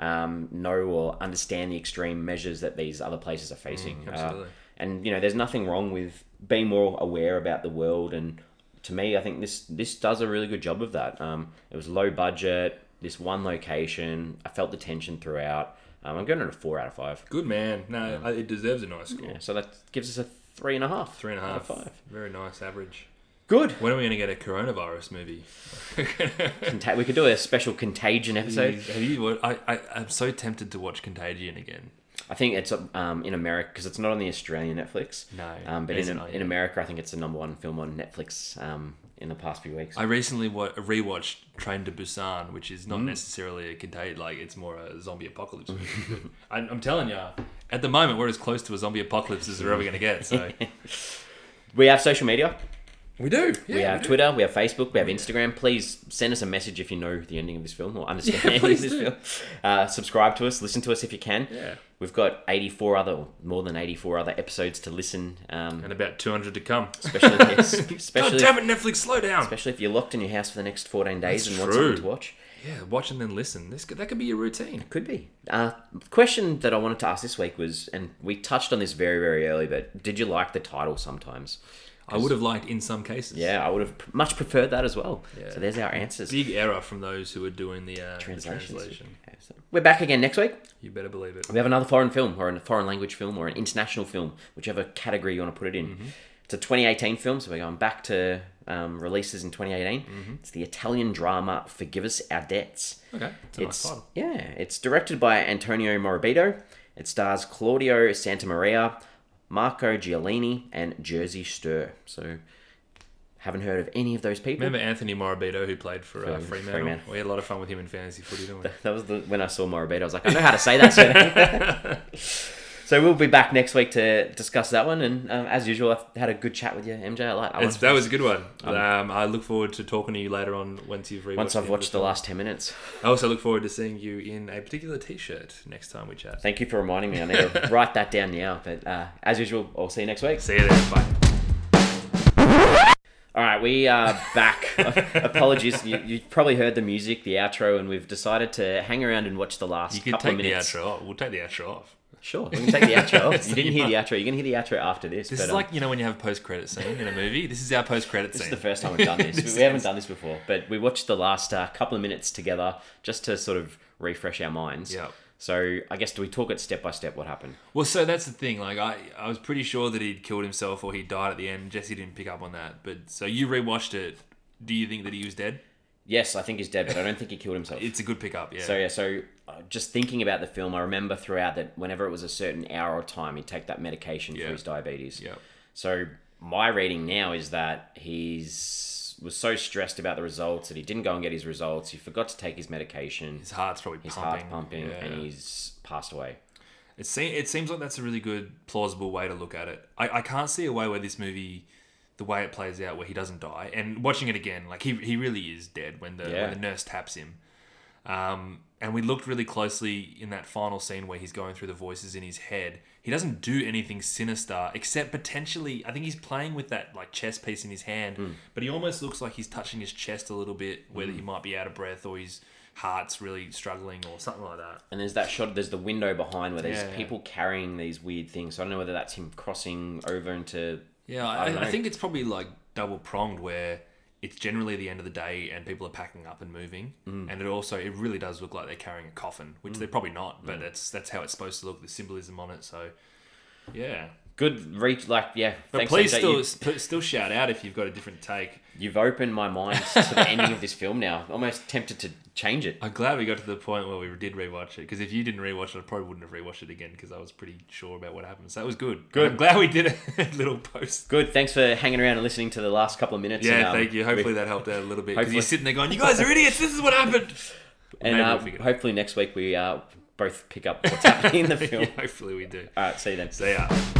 [SPEAKER 1] um, know or understand the extreme measures that these other places are facing. Uh,
[SPEAKER 2] absolutely.
[SPEAKER 1] and, you know, there's nothing wrong with being more aware about the world. And to me, I think this, this does a really good job of that. Um, it was low budget, this one location. I felt the tension throughout. Um, I'm going at a four out of five.
[SPEAKER 2] Good man. No, I it deserves a nice score.
[SPEAKER 1] Yeah, so that gives us a three and a half.
[SPEAKER 2] Three and a
[SPEAKER 1] out of
[SPEAKER 2] half. Very nice average.
[SPEAKER 1] Good.
[SPEAKER 2] When are we going to get a coronavirus movie?
[SPEAKER 1] Conta- we could do a special contagion episode.
[SPEAKER 2] Have you? wa- I, I, I'm so tempted to watch Contagion again.
[SPEAKER 1] I think it's um, in America because it's not on the Australian Netflix.
[SPEAKER 2] No,
[SPEAKER 1] Um, but
[SPEAKER 2] it
[SPEAKER 1] in,
[SPEAKER 2] isn't on
[SPEAKER 1] in
[SPEAKER 2] yet.
[SPEAKER 1] America, I think it's the number one film on Netflix. Um, in the past few weeks.
[SPEAKER 2] I recently wa- rewatched Train to Busan, which is
[SPEAKER 1] Mm.
[SPEAKER 2] not necessarily a contained like it's more a zombie apocalypse. movie. I, I'm telling you, at the moment we're as close to a zombie apocalypse as we're ever going to get. So
[SPEAKER 1] We have social media.
[SPEAKER 2] we do. Yeah,
[SPEAKER 1] We have
[SPEAKER 2] do.
[SPEAKER 1] Twitter, we have Facebook, we have Instagram. Please send us a message if you know the ending of this film or understand the
[SPEAKER 2] Yeah,
[SPEAKER 1] ending of
[SPEAKER 2] please
[SPEAKER 1] this
[SPEAKER 2] do.
[SPEAKER 1] film. Uh, subscribe to us, listen to us if you can.
[SPEAKER 2] Yeah.
[SPEAKER 1] We've got 84 other, or more than 84 other episodes to listen. Um,
[SPEAKER 2] and about 200 to come.
[SPEAKER 1] especially, especially,
[SPEAKER 2] God damn it, Netflix, slow down.
[SPEAKER 1] especially if you're locked in your house for the next 14 days
[SPEAKER 2] That's
[SPEAKER 1] and want something
[SPEAKER 2] true.
[SPEAKER 1] to watch.
[SPEAKER 2] Yeah, watch and then listen. This could, that could be your routine.
[SPEAKER 1] Could be. Uh, question that I wanted to ask this week was, and we touched on this very, very early, but did you like the title sometimes?
[SPEAKER 2] I would have liked in some cases.
[SPEAKER 1] Yeah, I would have pr- much preferred that as well.
[SPEAKER 2] Yeah.
[SPEAKER 1] So there's our answers.
[SPEAKER 2] Big error from those who are doing the, uh, the
[SPEAKER 1] Translations.
[SPEAKER 2] translation.
[SPEAKER 1] Okay, so We're back again next week.
[SPEAKER 2] You better believe it.
[SPEAKER 1] We have another foreign film, or a foreign language film, or an international film, whichever category you want to put it in.
[SPEAKER 2] Mm-hmm.
[SPEAKER 1] It's a 2018 film, so we're going back to um, releases in 2018.
[SPEAKER 2] Mm-hmm.
[SPEAKER 1] It's the Italian drama "Forgive Us Our Debts."
[SPEAKER 2] Okay, it's a nice
[SPEAKER 1] It's
[SPEAKER 2] title.
[SPEAKER 1] yeah, it's directed by Antonio Morbido. It stars Claudio Santamaria, Marco Giolini, and Jersey Stir. So, haven't heard of any of those people.
[SPEAKER 2] Remember Anthony Morabito who played for uh,
[SPEAKER 1] For
[SPEAKER 2] Fremantle?
[SPEAKER 1] Fremantle.
[SPEAKER 2] We had a lot of fun with him in fantasy footy, didn't we?
[SPEAKER 1] That was the, when I saw Morbido. I was like, I know how to say that. So, so we'll be back next week to discuss that one. And um, as usual, I've had a good chat with you, MJ. I like. I
[SPEAKER 2] It's,
[SPEAKER 1] was,
[SPEAKER 2] that was a good one. Um, I look forward to talking to you later on once you've rewatched.
[SPEAKER 1] once I've
[SPEAKER 2] it.
[SPEAKER 1] watched the last ten minutes.
[SPEAKER 2] I also look forward to seeing you in a particular T-shirt next time we chat.
[SPEAKER 1] Thank you for reminding me. I need to write that down now. But uh, as usual, I'll see you next week.
[SPEAKER 2] See you then. Bye.
[SPEAKER 1] All right, we are back. Apologies, you, you probably heard the music, the outro, and we've decided to hang around and watch the last
[SPEAKER 2] You can
[SPEAKER 1] couple of
[SPEAKER 2] take the
[SPEAKER 1] minutes.
[SPEAKER 2] outro off. We'll take the outro off.
[SPEAKER 1] Sure, we can take the outro. off.
[SPEAKER 2] So
[SPEAKER 1] you didn't
[SPEAKER 2] you
[SPEAKER 1] hear the outro. You're gonna hear the outro after this.
[SPEAKER 2] This
[SPEAKER 1] but,
[SPEAKER 2] is
[SPEAKER 1] um,
[SPEAKER 2] like you know when you have a post-credit scene in a movie. This is our post-credit
[SPEAKER 1] This
[SPEAKER 2] scene.
[SPEAKER 1] is the first time we've done this. we haven't done this before, but we watched the last uh, couple of minutes together just to sort of refresh our minds.
[SPEAKER 2] Yep.
[SPEAKER 1] So I guess do we talk it step by step? What happened?
[SPEAKER 2] Well, so that's the thing. Like, I, I was pretty sure that he'd killed himself or he died at the end. Jesse didn't pick up on that. But so you rewatched it. Do you think that he was dead?
[SPEAKER 1] Yes, I think he's dead, but I don't think he killed himself.
[SPEAKER 2] It's a good pickup. Yeah.
[SPEAKER 1] So yeah, so uh, just thinking about the film, I remember throughout that whenever it was a certain hour or time, he'd take that medication
[SPEAKER 2] Yeah.
[SPEAKER 1] for his diabetes.
[SPEAKER 2] yeah.
[SPEAKER 1] So my reading now is that he's was so stressed about the results that he didn't go and get his results. He forgot to take his medication.
[SPEAKER 2] His heart's probably
[SPEAKER 1] His
[SPEAKER 2] pumping.
[SPEAKER 1] heart pumping,
[SPEAKER 2] Yeah.
[SPEAKER 1] and he's passed away.
[SPEAKER 2] It, se- it seems like that's a really good, plausible way to look at it. I, I can't see a way where this movie, the way it plays out, where he doesn't die. And watching it again, like he, he really is dead when the
[SPEAKER 1] Yeah.
[SPEAKER 2] when the nurse taps him. Um, and we looked really closely in that final scene where he's going through the voices in his head. He doesn't do anything sinister except potentially. I think he's playing with that like chess piece in his hand, but he almost looks like he's touching his chest a little bit, whether he might be out of breath or his heart's really struggling or something like that.
[SPEAKER 1] And there's that shot. There's the window behind where there's
[SPEAKER 2] Yeah.
[SPEAKER 1] people carrying these weird things. So I don't know whether that's him crossing over into.
[SPEAKER 2] Yeah,
[SPEAKER 1] I
[SPEAKER 2] I,
[SPEAKER 1] don't
[SPEAKER 2] I,
[SPEAKER 1] know.
[SPEAKER 2] think it's probably like double pronged where it's generally the end of the day and people are packing up and moving,
[SPEAKER 1] Mm.
[SPEAKER 2] and it also it really does look like they're carrying a coffin, which they're probably not,
[SPEAKER 1] Mm.
[SPEAKER 2] but that's that's how it's supposed to look, the symbolism on it. So, yeah.
[SPEAKER 1] Good reach, like yeah.
[SPEAKER 2] But
[SPEAKER 1] thanks,
[SPEAKER 2] please
[SPEAKER 1] MJ.
[SPEAKER 2] still
[SPEAKER 1] You-
[SPEAKER 2] sp- still shout out if you've got a different take.
[SPEAKER 1] You've opened my mind to the ending of this film now. Almost tempted to change it.
[SPEAKER 2] I'm glad we got to the point where we did rewatch it because if you didn't rewatch it, I probably wouldn't have rewatched it again because I was pretty sure about what happened. So that was good.
[SPEAKER 1] Good.
[SPEAKER 2] I'm glad we did a little post.
[SPEAKER 1] Good. Thanks for hanging around and listening to the last couple of minutes.
[SPEAKER 2] Yeah,
[SPEAKER 1] and, um,
[SPEAKER 2] thank you.
[SPEAKER 1] we-
[SPEAKER 2] Hopefully that helped out a little bit because
[SPEAKER 1] Hopefully-
[SPEAKER 2] you're sitting there going, "You guys are idiots. This is what happened."
[SPEAKER 1] and
[SPEAKER 2] maybe we'll
[SPEAKER 1] uh,
[SPEAKER 2] figure it out.
[SPEAKER 1] hopefully next week we uh, both pick up what's happening in the film.
[SPEAKER 2] Yeah, hopefully we do.
[SPEAKER 1] All right. See you then.
[SPEAKER 2] So yeah.